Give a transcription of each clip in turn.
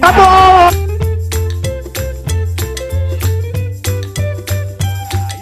Acabou!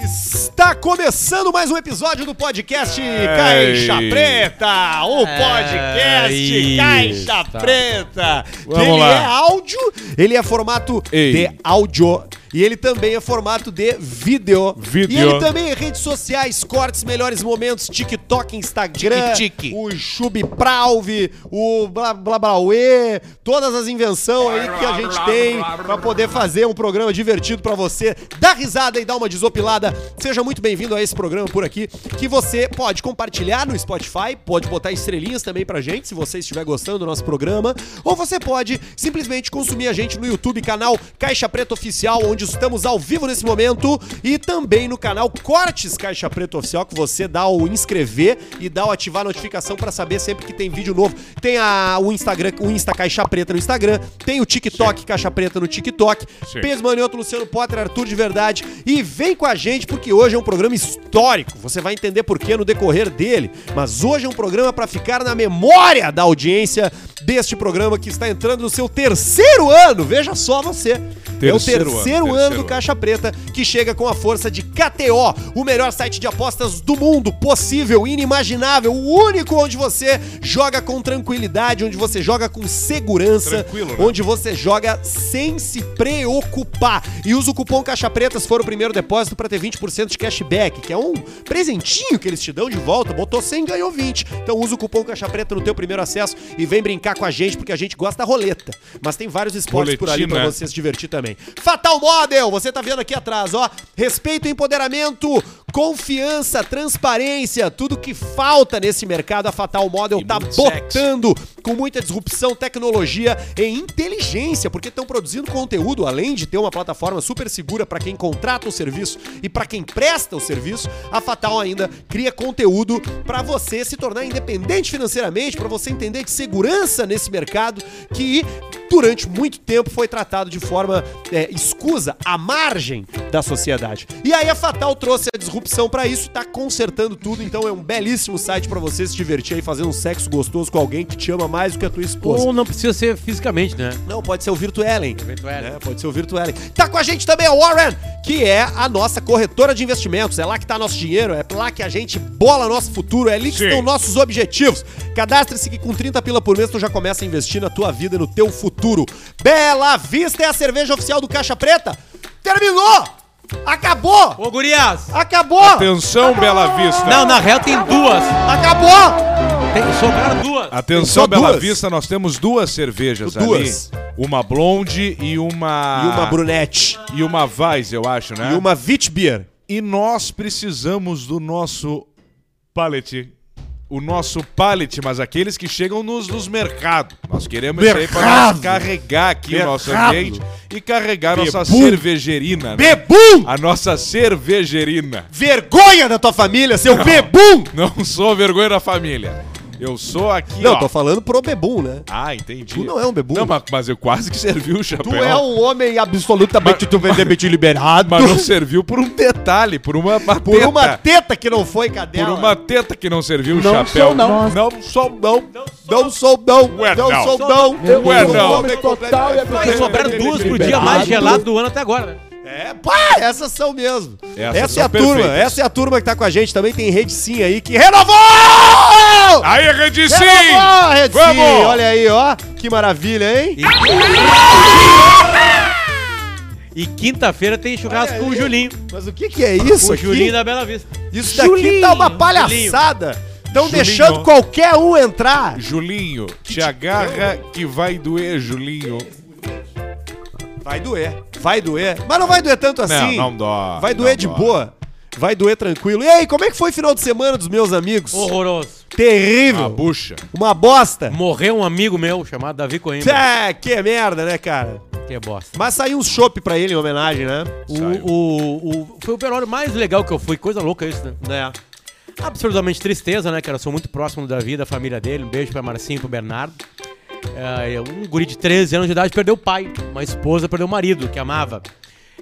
Está começando mais um episódio do podcast Caixa Preta, o podcast Ei, Caixa tá. Preta. que Vamos ele lá. é áudio, ele é formato Ei. de áudio e ele também é formato de vídeo. Vídeo. E ele também é redes sociais, cortes, melhores momentos, TikTok, Instagram, Tic, tic. o Chubpralve, o blá blá blauê, todas as invenções aí que a gente tem pra poder fazer um programa divertido pra você, dar risada e dar uma desopilada. Seja muito bem-vindo a esse programa por aqui, que você pode compartilhar no Spotify, pode botar estrelinhas também pra gente, se você estiver gostando do nosso programa, ou você pode simplesmente consumir a gente no YouTube, canal Caixa Preta Oficial, onde estamos ao vivo nesse momento, e também no canal Cortes Caixa Preta Oficial, que você dá o inscrever e dá o ativar a notificação pra saber sempre que tem vídeo novo. Tem a, o Instagram, o Insta Caixa Preta no Instagram, tem o TikTok Caixa Preta no TikTok, Sim. Peso Manioto, Luciano Potter, Arthur de Verdade. E vem com a gente porque hoje é um programa histórico. Você vai entender por que no decorrer dele. Mas hoje é um programa pra ficar na memória da audiência deste programa que está entrando no seu terceiro ano. Veja só você. é o terceiro Terceiro ano, ano, terceiro do ano. Caixa Preta que chega com a força de KTO, o melhor site de apostas do mundo, possível, inimaginável, o único onde você joga com tranquilidade, onde você joga com segurança, Tranquilo, né? onde onde você joga sem se preocupar. E usa o cupom Caixa Preta se for o primeiro depósito para ter 20% de cashback, que é um presentinho que eles te dão de volta. Botou 100, ganhou 20. Então usa o cupom Caixa Preta no teu primeiro acesso e vem brincar com a gente, porque a gente gosta da roleta. Mas tem vários esportes por ali para Roletina. você se divertir também. Fatal Model, você tá vendo aqui atrás, ó. Respeito, empoderamento, confiança, transparência, tudo que falta nesse mercado, a Fatal Model tá muito sexo. botando avançando com muita disrupção, tecnologia e inteligência, porque estão produzindo conteúdo, além de ter uma plataforma super segura para quem contrata o serviço e para quem presta o serviço, a Fatal ainda cria conteúdo para você se tornar independente financeiramente, para você entender de segurança nesse mercado que durante muito tempo foi tratado de forma é, escusa, à margem da sociedade. E aí a Fatal trouxe a disrupção pra isso e tá consertando tudo, então é um belíssimo site pra você se divertir aí, fazer um sexo gostoso com alguém que te ama mais do que a tua esposa. Um Ou não precisa ser fisicamente, né? Não, pode ser o Virtuellen. né? Pode ser o Virtuellen. Tá com a gente também a Warren, que é a nossa corretora de investimentos. É lá que tá nosso dinheiro, é lá que a gente bola nosso futuro, é ali que Sim. estão nossos objetivos. Cadastre-se que com 30 pila por mês tu já começa a investir na tua vida e no teu futuro. Bela Vista é a cerveja oficial do Caixa Preta. Terminou! Acabou! Ô, gurias! Acabou! Atenção, Bela Vista. Não, na real tem duas. Ah. Acabou! Tem, sobraram duas. Só Atenção, Bela duas. Vista, nós temos duas cervejas Duas. ali. Uma blonde e uma... E uma brunete. E uma Weiss, eu acho, né? E uma Vitbeer. E nós precisamos do nosso pallet. O nosso pallet, mas aqueles que chegam nos, nos mercados. Nós queremos isso aí pra nós Mercado. carregar aqui o nosso Mercado. ambiente e carregar a nossa Bebum. cervejerina. né? Bebum! A nossa cervejerina. Vergonha da tua família, seu bebum! Não sou vergonha da família. Eu sou aqui, Não, ó. tô falando pro bebum, né? Ah, entendi. Tu não é um bebum. Não, mas, mas eu quase que servi o chapéu. Tu é um homem absolutamente tu vendebete liberado. Mas não serviu por um detalhe, por uma, uma Por uma teta que não foi Por cadela. uma teta que não serviu o Não chapéu. sou, não. Não sou, não. Não sou não, Ué, não, não. sou não. Eu Ué, sou não. um homem total e Porque sobraram duas pro dia mais gelado do ano até agora, né? É, pá, essas são mesmo. Essas essa é são a turma, perfeitas. essa é a turma que tá com a gente também. Tem Rede Sim aí que renovou! Aí, Redi, sim! Renovou, Rede Sim! Vamos! Olha aí, ó. Que maravilha, hein? E quinta-feira tem churrasco com o Julinho. Mas o que que é isso O Julinho aqui? da Bela Vista. Isso daqui tá uma palhaçada. Estão Julinho. deixando qualquer um entrar. Julinho, te agarra que vai doer, Julinho. Vai doer, vai doer. Mas não vai doer tanto assim. não dói, Vai não doer de dói. boa. Vai doer tranquilo. E aí, como é que foi o final de semana dos meus amigos? Horroroso. A Terrível. bucha. Uma bosta. Morreu um amigo meu chamado Davi Coimbra. É, que merda, né, cara? Que é bosta. Mas saiu um chopp pra ele em homenagem, né? Saiu. O, o, o, foi o velório mais legal que eu fui. Coisa louca isso, né? Né? Absolutamente tristeza, né, cara? Eu sou muito próximo da vida, da família dele. Um beijo pra Marcinho e pro Bernardo. É, um guri de 13 anos de idade perdeu o pai, uma esposa perdeu o marido, que amava.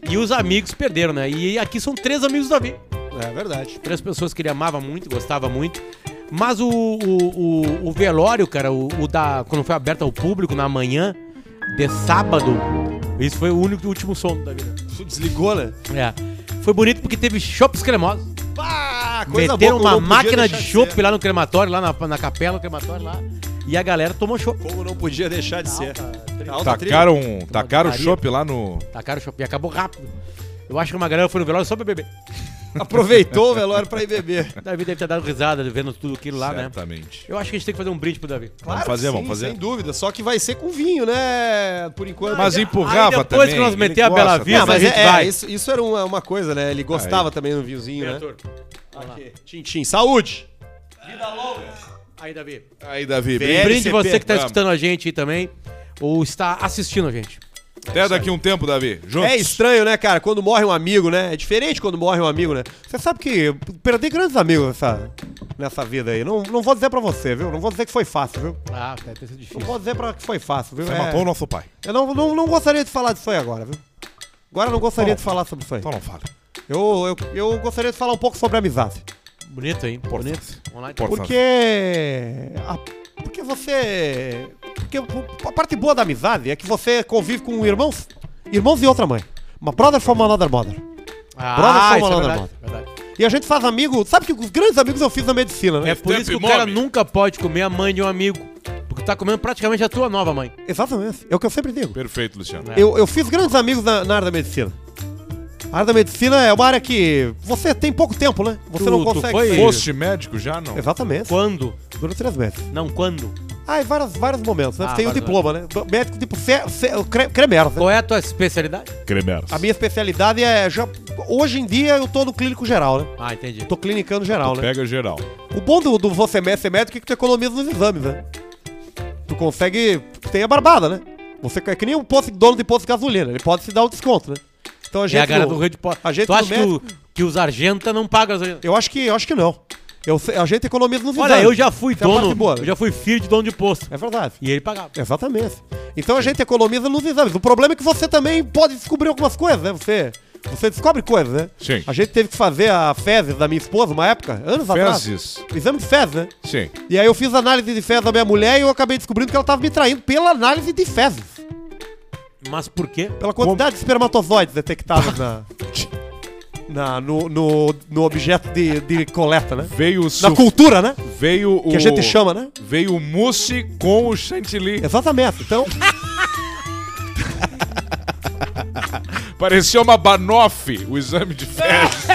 E os amigos perderam, né? E aqui são três amigos do Davi. É verdade. Três pessoas que ele amava muito, gostava muito. Mas o, o, o- o velório, cara, o, o da, quando foi aberto ao público na manhã, de sábado. Esse foi o único último som da vida. Desligou, né? É. Foi bonito porque teve chopps cremosos. Pá, Meteram como uma não podia máquina de deixar chopp ser. lá no crematório, lá na, na capela, no crematório lá. E a galera tomou chopp. Como não podia deixar de ser. Tá Alta trilha. Tacaram, tacaram um, o Maria. chopp lá no. Tacaram o chopp e acabou rápido. Eu acho que uma galera foi no velório só pra beber. Aproveitou o velório pra ir beber. O Davi deve ter dado risada vendo tudo aquilo lá, né? Certamente. Eu acho que a gente tem que fazer um brinde pro Davi. Claro que fazer, sim, vamos fazer. Sem dúvida, só que vai ser com vinho, né? Por enquanto. Mas Não, empurrava depois também. que nós ele meter a gosta, Bela tá? Vista, mas a gente é, é, vai. isso, isso era uma, uma coisa, né? Ele gostava também do vinhozinho, né? Aqui. Tchim, tchim. Saúde! Aí, Davi. Aí, Davi, Um brinde brinde você que tá Vamos. escutando a gente aí também, ou está assistindo a gente. Até daqui um tempo, Davi. Juntos. É estranho, né, cara? Quando morre um amigo, né? É diferente quando morre um amigo, né? Você sabe que perdi grandes amigos nessa, nessa vida aí. Não, não vou dizer pra você, viu? Não vou dizer que foi fácil, viu? Ah, deve ter sido difícil. Não vou dizer pra que foi fácil, viu? Você É, matou o nosso pai. eu não, não, não gostaria de falar disso aí agora, viu? Agora eu não gostaria de falar sobre isso aí. Então não fala. Eu, eu, eu gostaria de falar um pouco sobre amizade. Bonito, hein? Importante. Vamos lá. Importante. Porque. a- porque você. Porque a parte boa da amizade é que você convive com irmãos. Irmãos e outra mãe. Uma brother from another mother. Ah, Brother isso é from verdade, another verdade. E a gente faz amigo. Sabe que os grandes amigos eu fiz na medicina, né? É por Step isso que o mom. cara nunca pode comer a mãe de um amigo, porque tá comendo praticamente a tua nova mãe. Exatamente. É o que eu sempre digo. Perfeito, Luciano. É. Eu, eu fiz grandes amigos na, na área da medicina. A área da medicina é uma área que você tem pouco tempo, né? Você Tu- não tu consegue. foi- ser- Foste médico já, não? Exatamente. Quando? Durante três meses. Não, quando? Ah, e vários, vários momentos, né? Ah, tem o vários diploma, né? Médico tipo cre, cre, cremero, né? Qual é a tua especialidade? Cremers. A minha especialidade é. Já, hoje em dia eu tô no clínico geral, né? Ah, entendi. Tô clinicando geral, né? Pega geral. O bom do, do você mé- ser médico é que tu economiza nos exames, né? Tu consegue. Tem a barbada, né? Você é que nem um posto, dono de posto de gasolina, ele pode se dar o desconto, né? Então a gente. é a galera do Rio de Pote. a gente Tu do acha que, o- que os argenta não pagam as Eu acho que eu acho que não. Eu, sei- a gente economiza nos Olha, exames. eu já fui Isso é a parte dono, boa, né? eu já fui filho de dono de posto. É verdade. E ele pagava. Exatamente. Então a gente economiza nos exames. O problema é que você também pode descobrir algumas coisas, né? Você, você descobre coisas, né? Sim. A gente teve que fazer a fezes da minha esposa uma época, anos Fezes? atrás. Exame de fezes, né? Sim. E aí eu fiz análise de fezes da minha mulher e eu acabei descobrindo que ela tava me traindo pela análise de fezes. Mas por quê? Pela quantidade de espermatozoides detectados na, na, no, no, no objeto de, de coleta, né? Veio o Na sul- cultura, né? Veio o. Que a gente chama, né? Veio o mousse com o chantilly. Exatamente. Então, Parecia uma banoffee, o exame de fezes.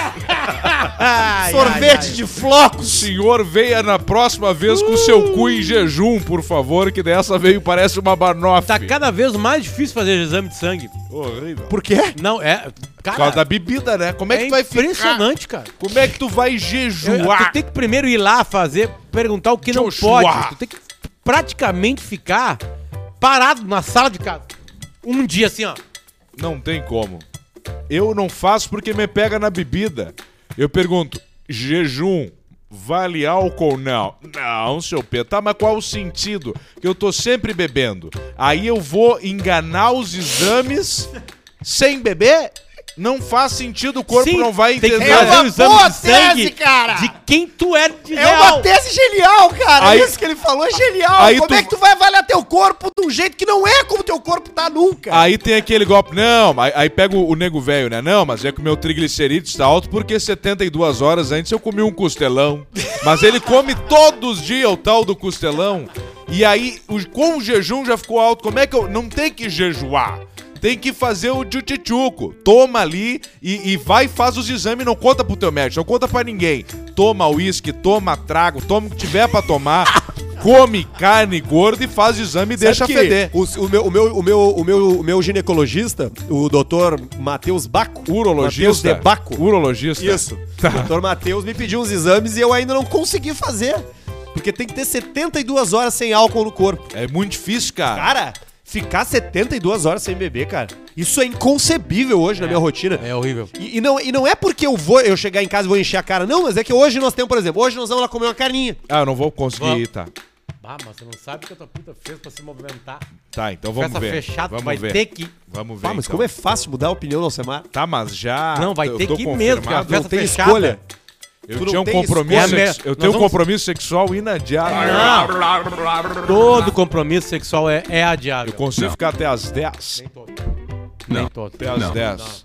sorvete de flocos. O senhor veia na próxima vez com o seu cu em jejum, por favor, que dessa veio parece uma banoffee. Tá cada vez mais difícil fazer exame de sangue. Horrível. Por quê? Não, é. Por causa da Cara, bebida, né? Como é que é tu vai ficar? impressionante, cara. Como é que tu vai Eu- jejuar? Tu tem que primeiro ir lá fazer, perguntar o que não Joshua. pode. Tu tem que praticamente ficar parado na sala de casa. Um dia assim, ó. Não tem como. Eu não faço porque me pega na bebida. Eu pergunto, jejum vale álcool? Não. Não, seu Pedro. Tá, mas qual o sentido? Que eu tô sempre bebendo. Aí eu vou enganar os exames sem beber? Não faz sentido, o corpo Sim, não vai tem que entender. fazer É o uma exame boa de sangue tese, cara. de quem tu é de É uma real. tese genial, cara. Aí- Isso que ele falou é genial. Aí como tu- é que tu vai avaliar teu corpo de um jeito que não é como teu corpo tá nunca? Aí tem aquele golpe, não, aí, aí pega o, o nego velho, né? Não, mas é que o meu triglicerídeo está alto porque 72 horas antes eu comi um costelão. Mas ele come todos os dias o tal do costelão. E aí, o- com o jejum já ficou alto. Como é que eu. Não tem que jejuar. Tem que fazer o tchutchuco. Toma ali e, e vai e faz os exames. Não conta pro teu médico, não conta pra ninguém. Toma uísque, toma trago, toma o que tiver pra tomar. Come carne gorda e faz o exame e deixa que feder. O, o meu, o, meu, o, meu, o, meu, o meu ginecologista, o doutor Matheus Baco. Matheus Urologista. de Baco. Urologista. Isso. O doutor Matheus me pediu uns exames e eu ainda não consegui fazer. Porque tem que ter 72 horas sem álcool no corpo. É muito difícil, cara. Cara, ficar 72 horas sem beber, cara. Isso é inconcebível hoje na minha rotina. É horrível. E, e não, e não é porque eu vou eu chegar em casa e vou encher a cara, não, mas é que hoje nós temos, por exemplo, hoje nós vamos lá comer uma carninha. Ah, eu não vou conseguir Vamos. ir, tá. Ah, mas você não sabe o que a tua puta fez pra se movimentar. Tá, então vamos Festa ver. fechada, tu vamos vai ver. ter que. Ah, Vamos ver. Pá, mas então. como é fácil mudar a opinião do Alcemar? Tá, mas já. Não, vai eu ter tô que ir mesmo, confirmado. cara. A festa não tem fechada. escolha. Eu Tu não tinha um tem compromisso, escolha. sex- eu tenho Nós um vamos- Ah, compromisso sexual inadiável. Não. Todo compromisso sexual é, é adiável. Eu consigo Não. ficar até as 10. todo. Não. Nem todo. Até as Não. 10.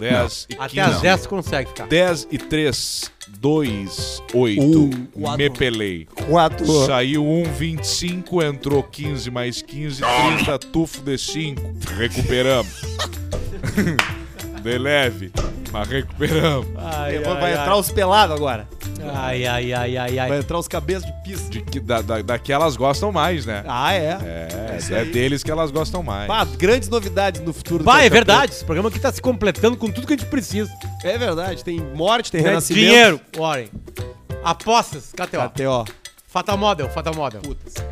10 e 15. Até às Não. 10 tu consegue ficar. 10 e 3, 2, 8. Um, quatro. Me pelei. Quatro. Saiu 1, 25, entrou 15, mais 15, 30, tufo de 5. Recuperamos. de leve, mas recuperamos. Ai, Vai vai entrar os pelados agora. ai, ai, ai, ai, ai. Vai entrar os cabeças de pista. De que, da, da, da que elas gostam mais, né? Ah, é. É, é, deles que elas gostam mais. Pá, grandes novidades no futuro. do Vai, é Caixa Preta. verdade. Esse programa aqui tá se completando com tudo que a gente precisa. É verdade. Tem morte, tem Né? renascimento. Dinheiro, Warren. Apostas, KTO. Até, ó. Fatal Model, Fatal Model.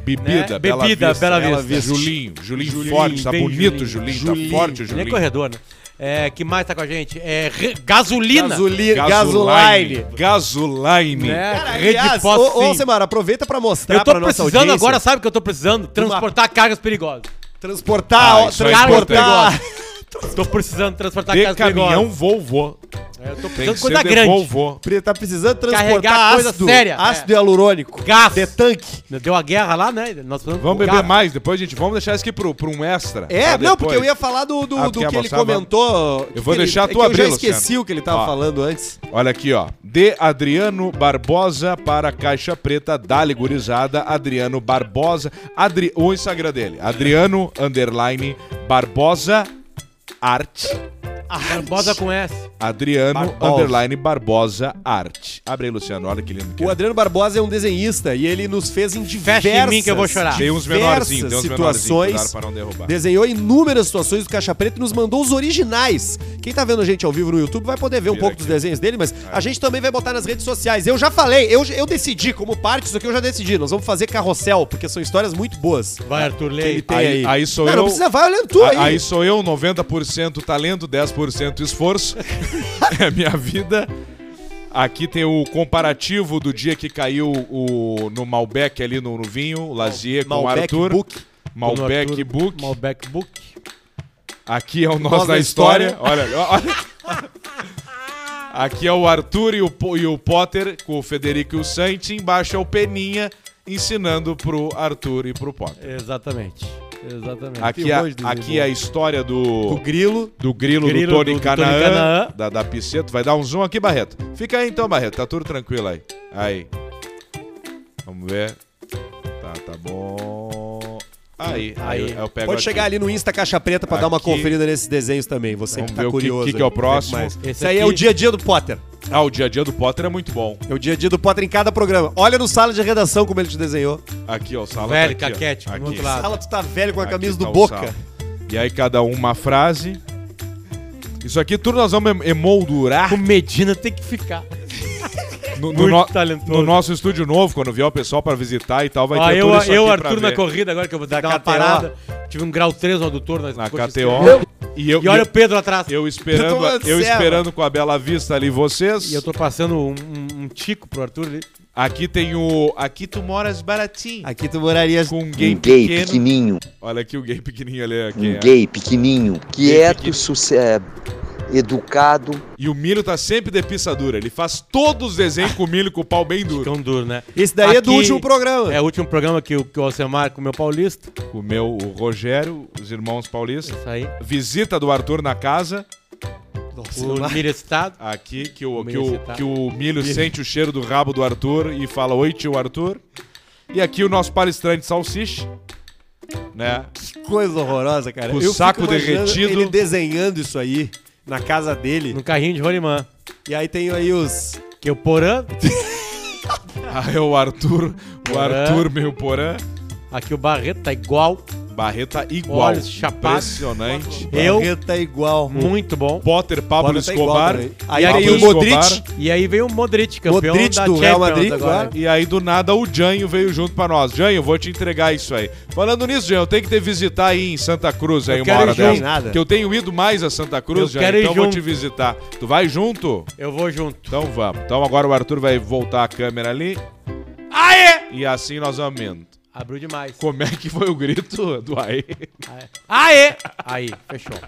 Bebida, né? Bela Bebida, Vista. Bela Vista. Julinho, Julinho, Julinho, forte, tá bem bonito o Julinho. Julinho, tá forte o Ele é Julinho. corredor, né? É, que mais tá com a gente? É re- gasolina. Gasoli- Gasoline. Gasoline. Gasoline. Né? Cara, Rede aliás, Pós ô, ô, Fim. Semara, aproveita pra mostrar Eu tô pra nossa precisando audiência. agora, sabe o que eu tô precisando? Transportar cargas perigosas. Transportar, Ah, ó, isso é transportar. Tô precisando transportar De cargas caminhão perigosas. Volvo. É, eu tô Tem que precisando ser coisa de grande. Volvo. Pri- Tá precisando Carregar transportar coisa ácido, séria, ácido é. hialurônico, Gás. de tanque. Deu a guerra lá, né? Nós precisamos- Vamos beber Cara, mais, depois, gente. Vamos deixar isso aqui pro, pro um extra. É, pra não, depois. porque eu ia falar do, do, Ah, do tu quer que ele mostrar, vamos. comentou. que vou ele- deixar é tu que Eu abrir, já Luciano. esqueci o que ele tava Ó. falando antes. Olha aqui, ó. De Adriano Barbosa para Caixa Preta, Dali Gurizada, Adriano Barbosa. Adri... O Instagram dele, Adriano Underline Barbosa Arte. Barbosa com S. Adriano Barbosa. Underline Barbosa Arte. Abre aí, Luciano. Olha que lindo. que O é. Adriano Barbosa é um desenhista e ele nos fez em diversas Fecha em mim que eu vou chorar. Tem uns menorzinhos, tem uns diversas menorzinhos. situações. Para não derrubar. Desenhou inúmeras situações do Caixa Preta e nos mandou os originais. Quem tá vendo a gente ao vivo no YouTube vai poder ver um Vira pouco aqui. Ah. dos desenhos dele, mas a gente também vai botar nas redes sociais. Eu já falei, eu, eu decidi, como parte disso aqui, eu já decidi. Nós vamos fazer carrossel, porque são histórias muito boas. Vai, Arthur Leite. tem aí- aí. aí sou não, eu. Não precisa, vai olhando tu aí. A- Aí sou eu, 90% talento, 10% esforço. é a minha vida. Aqui tem o comparativo do dia que caiu o, no Malbec ali no, no vinho, o Lazier com o Malbec Arthur. Book. Malbec Arthur, Book. Malbec Book. Aqui é o Nós da História. Olha, olha. Aqui é o Arthur e o, Po- e o Potter com o Federico e o Santi. Embaixo é o Peninha ensinando pro Arthur e pro Potter. Exatamente. Exatamente. Aqui, tem um a, monte de aqui desenho é a história do... O grilo. do grilo, Grilo do Tony do- do Tony Canaã, Canaã. Da, da Piceto. Vai dar um zoom aqui, Barreto. Fica aí então, Barreto. Tá tudo tranquilo aí. Aí. Vamos ver. Tá, tá bom. Aí, aí, é Aí. eu, eu pego Pode aqui. chegar ali no Insta Caixa Preta pra dar uma Aqui. conferida nesses desenhos também. Você Vamos que ver tá o que- curioso. que que é o aí, próximo. mais. Esse Esse, aí é aqui- o dia a dia do Potter. Ah, o dia a dia do Potter é muito bom. É o dia a dia do Potter em cada programa. Olha no sala de redação como ele te desenhou. Aqui, ó, o sala Velho, tá aqui, ó. caquete, no Aqui. outro lado. Sala, tu tá velho com a Aqui camisa tá do o Boca. sala. E aí cada um uma frase. Isso aqui tudo nós vamos em- emoldurar O Medina tem que ficar. no, no, Muito no- talentoso. no nosso estúdio novo, quando vier o pessoal pra visitar e tal, vai Ó, ter eu, tudo isso eu aqui pra Arthur, na ver corrida, agora que eu vou dar Da uma KTO. parada. Tive um grau 3 no adutor. Na, na coxa KTO. esquerda. E eu, é E olha o Pedro atrás. Eu Eu tô esperando, eu, falando sério. esperando com a Bela Vista ali vocês. E eu tô passando um, um- um tico pro Arthur ali. Aqui tem o aqui tu moras baratinho. Aqui tu morarias. Com um gay, Um gay pequeno. pequenininho, Olha aqui o gay pequenininho ali, ó, quem um é. gay pequenininho, quieto, pequenininho. sossego, educado, E o milho tá sempre de pista dura. Ele faz todos os desenhos com o milho com o pau bem duro. Ficão duro, né? Esse daí é do Aqui- último programa. É o último programa que, o- que o Alcemar com o meu paulista. O meu o Rogério, os irmãos paulistas. Isso aí. Visita do Arthur na casa, Nossa, O lá- Mira Estado. aqui que o, Vamos que o, visitar. que o milho sente o cheiro do rabo do Arthur e fala: Oi, tio Arthur. E aqui o nosso palestrante Salsicha, né? que coisa horrorosa, cara. Com o fico saco imaginando derretido. Ele desenhando isso aí na casa dele. No carrinho de rolimã. E aí tem aí os. Que o Porã. Ah, é o Arthur, o Porã. Arthur meio porã. Aqui o Barreto tá igual. Barreta igual. Olhos chapados. Impressionante. Eu. Barreta igual. Hum. Muito bom. Potter, Pablo Bota tá igual Escobar. também. E Aí aí tem o o Modric. E aí veio o Modric, campeão Modric da do Real Champions Madrid, agora. claro. E aí, do nada, o Janho veio junto pra nós. Janho, vou te entregar isso aí. Falando nisso, Janho, eu tenho que te visitar aí em Santa Cruz aí Eu uma quero hora ir junto. dessa. Nada. Que eu tenho ido mais a Santa Cruz, Eu Janho, quero ir então vou junto. te visitar. Tu vai junto? Eu vou junto. Então vamos. Então agora o Arthur vai voltar a câmera ali. Aê! E assim nós vamos indo. Abriu demais. Como é que foi o grito do Aê? Aê! Aí, fechou.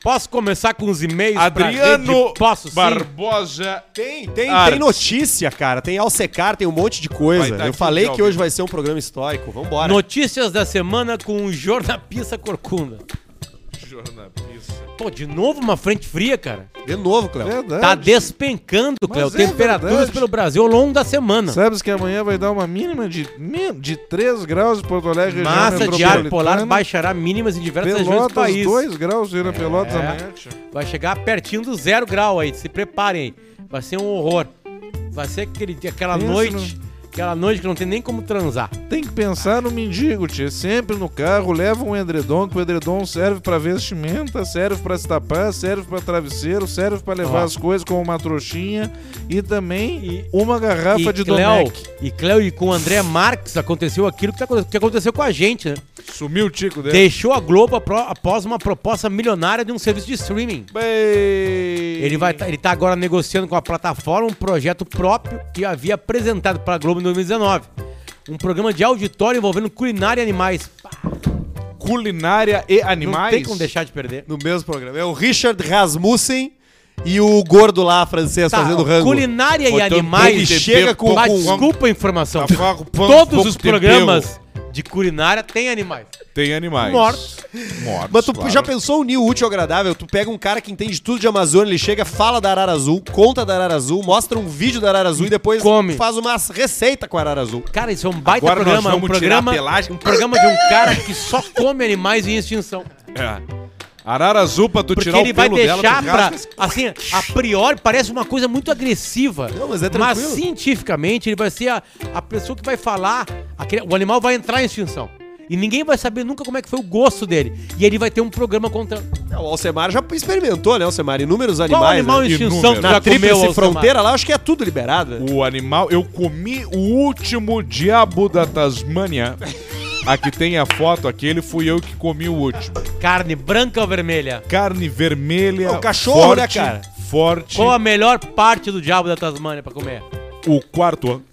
Posso começar com os e-mails pra Adriano rede? Posso sim. Barbosa. Tem, tem, Arte. tem notícia, cara. Tem Alcecar, tem um monte de Vai coisa. tá Eu aqui, falei que Kelvin. hoje vai ser um programa histórico. Vambora. Notícias da semana com o Jornapissa Corcunda. Jornalista. Pô, de novo uma frente fria, cara. De novo, Cléo. Verdade. Tá despencando, Cléo. é Temperaturas verdade. pelo Brasil ao longo da semana. Sabes que amanhã vai dar uma mínima de, min- de 3 graus em Porto Alegre, região Massa de ar polar metropolitana. baixará mínimas em diversas regiões do Pelotas, país. 2 graus, Vila Pelotas É. amanhã. tio. Vai chegar pertinho do zero grau aí. Se preparem aí. Vai ser um horror. Vai ser aquele, aquela Pensa noite. Aquela noite que não tem nem como transar. Tem que pensar no mendigo, tio. Sempre no carro, leva um edredom, que o edredom serve pra vestimenta, serve pra se tapar, serve pra travesseiro, serve pra levar Ó. as coisas como uma trouxinha e também E- uma garrafa de Cléo, Domec. e Cléo e com o André Marques aconteceu aquilo que, tá aconte- que aconteceu com a gente, né? Sumiu o tico dele. Deixou a Globo apro- após uma proposta milionária de um serviço de streaming. Ele, vai, tá- ele tá agora negociando com a plataforma um projeto próprio que havia apresentado para a Globo em 2019. Um programa de auditório envolvendo culinária e animais. Pá, Culinária e Não animais. tem como deixar de perder. No mesmo programa. É o Richard Rasmussen e o gordo lá, francês, Tá, fazendo rango. culinária e Botando Ele animais. tudo em chega com... Mas com- desculpa a informação. Tafarro, pão, Todos pouco os tempero. programas de culinária têm animais. Tem animais. Mortos. Mortos, Mas tu claro. já pensou o Nil útil e agradável? Tu pega um cara que entende tudo de Amazônia, ele chega, fala da Arara Azul, conta da Arara Azul, mostra um vídeo da Arara Azul e depois Come. faz uma receita com a Arara Azul. Cara, isso é um baita Agora nós programa. É um vamos tirar programa, a pelagem. um programa de um cara que só come animais em extinção. É. Arara azul pra tu Porque tirar ele o vai pelo deixar dela. tu pra. rasga- Assim, a priori parece uma coisa muito agressiva. Não, mas é mas tranquilo. cientificamente ele vai ser a, a pessoa que vai falar. aquele- o animal vai entrar em extinção. E ninguém vai saber nunca como é que foi o gosto dele. E ele vai ter um programa contando. É, O Alcemar já experimentou, né, Alcemar? Inúmeros Qual animais. animal né? em extinção Inúmeros. tu Na já comeu, tríplice Alcemar? fronteira lá, eu acho que é tudo liberado. né? O animal, eu comi o último diabo da Tasmânia. Aqui tem a foto, aquele fui eu que comi o último. Carne branca ou vermelha? Carne vermelha. É o cachorro, né, forte, cara? Forte. Qual a melhor parte do diabo da Tasmânia pra comer? O quarto.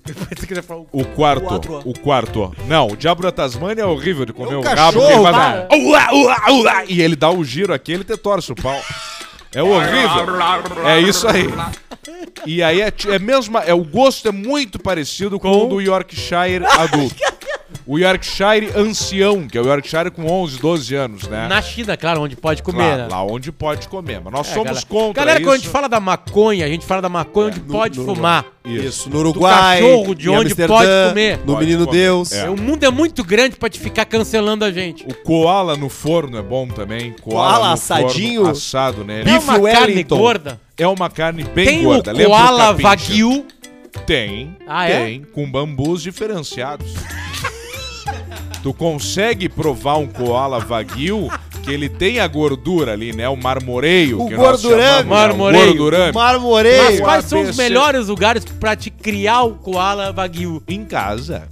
O quarto. Quatro. O quarto. Não, o diabo da Tasmânia é horrível de comer É um o rabo. cachorro, ele vai cara. dar- Uá, uá, uá, e ele dá o giro aqui, ele te torce o pau. É horrível. É isso aí. E aí é, ti- é mesmo, é, o gosto é muito parecido com, o do Yorkshire adulto. O Yorkshire ancião, que é o Yorkshire com 11, 12 anos, né? Na China, claro, onde pode comer, lá, né? lá onde pode comer, mas nós É, somos galera. contra Galera, isso. quando a gente fala da maconha, a gente fala da É, maconha onde pode fumar. Isso. no Uruguai. Do cachorro, de em onde Amsterdã, pode comer. No Pode Menino comer. Deus. É. O mundo é muito grande pra te ficar cancelando a gente. O koala no forno é bom também. Koala, Koala no assadinho. Forno, assado nele. É Bife uma carne Wellington. gorda. É uma carne bem Tem gorda. o Lembra do koala capim? wagyu. Tem. Ah, é? tem. Com bambus diferenciados. tu consegue provar um koala wagyu que ele tem a gordura ali, né? O marmoreio. O que nós gordurame. chamamos, né? Marmoreio. O gordurame. Mas Marmoreio. quais são os ABC. melhores lugares pra te criar o koala wagyu? Em casa.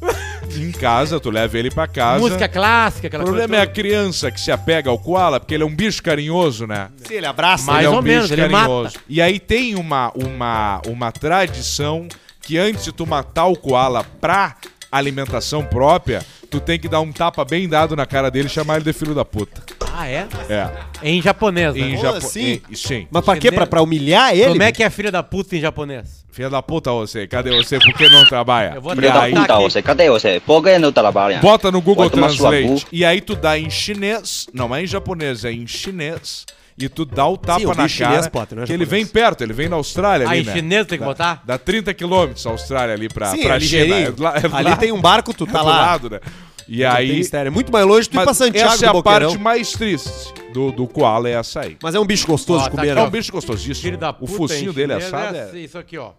em casa, tu leva ele pra casa. Música clássica, aquela o problema é a coisa. toda. criança que se apega ao koala, porque ele é um bicho carinhoso, né? Sim, ele abraça. Mas- Mais é ou menos, bicho ele mata. E aí tem uma, uma, uma tradição que antes de tu matar o koala pra alimentação própria, tu tem que dar um tapa bem dado na cara dele e chamar ele de filho da puta. Ah, é? É. Em japonês, né? Em Como japo- assim? em- sim. Mas pra quê? Pra, pra humilhar ele? Como é que é filha da puta em japonês? Filha da puta você, cadê você? Por que não trabalha? Eu vou um e Filho da tentar aí, puta, aqui. você, cadê você? Por que não trabalha? bota no Google Vai tomar sua Translate. bu- E aí tu dá em chinês, não é em japonês, é em chinês. E tu dá o tapa Sim, eu vi na cara. chinês, Potter, não é que ele vem japonês. perto, ele vem na Austrália Ah, ali, em né? chinês tem que botar? Dá 30 quilômetros a Austrália ali pra, Sim, pra é China. ligeirinho. É lá- é Ali lá- tem um barco, tu é tá do lá. lado, né? E Não tem aí. mistério. É muito mais longe tu ir mas pra Santiago essa é do a Boqueirão. parte mais triste do, do Koala, é essa aí. Mas é um bicho gostoso Ó, de tá comer, aqui, É né? um bicho gostosíssimo. Filho da puta. o focinho em dele chinês assado é assim, é... Isso aqui, ó.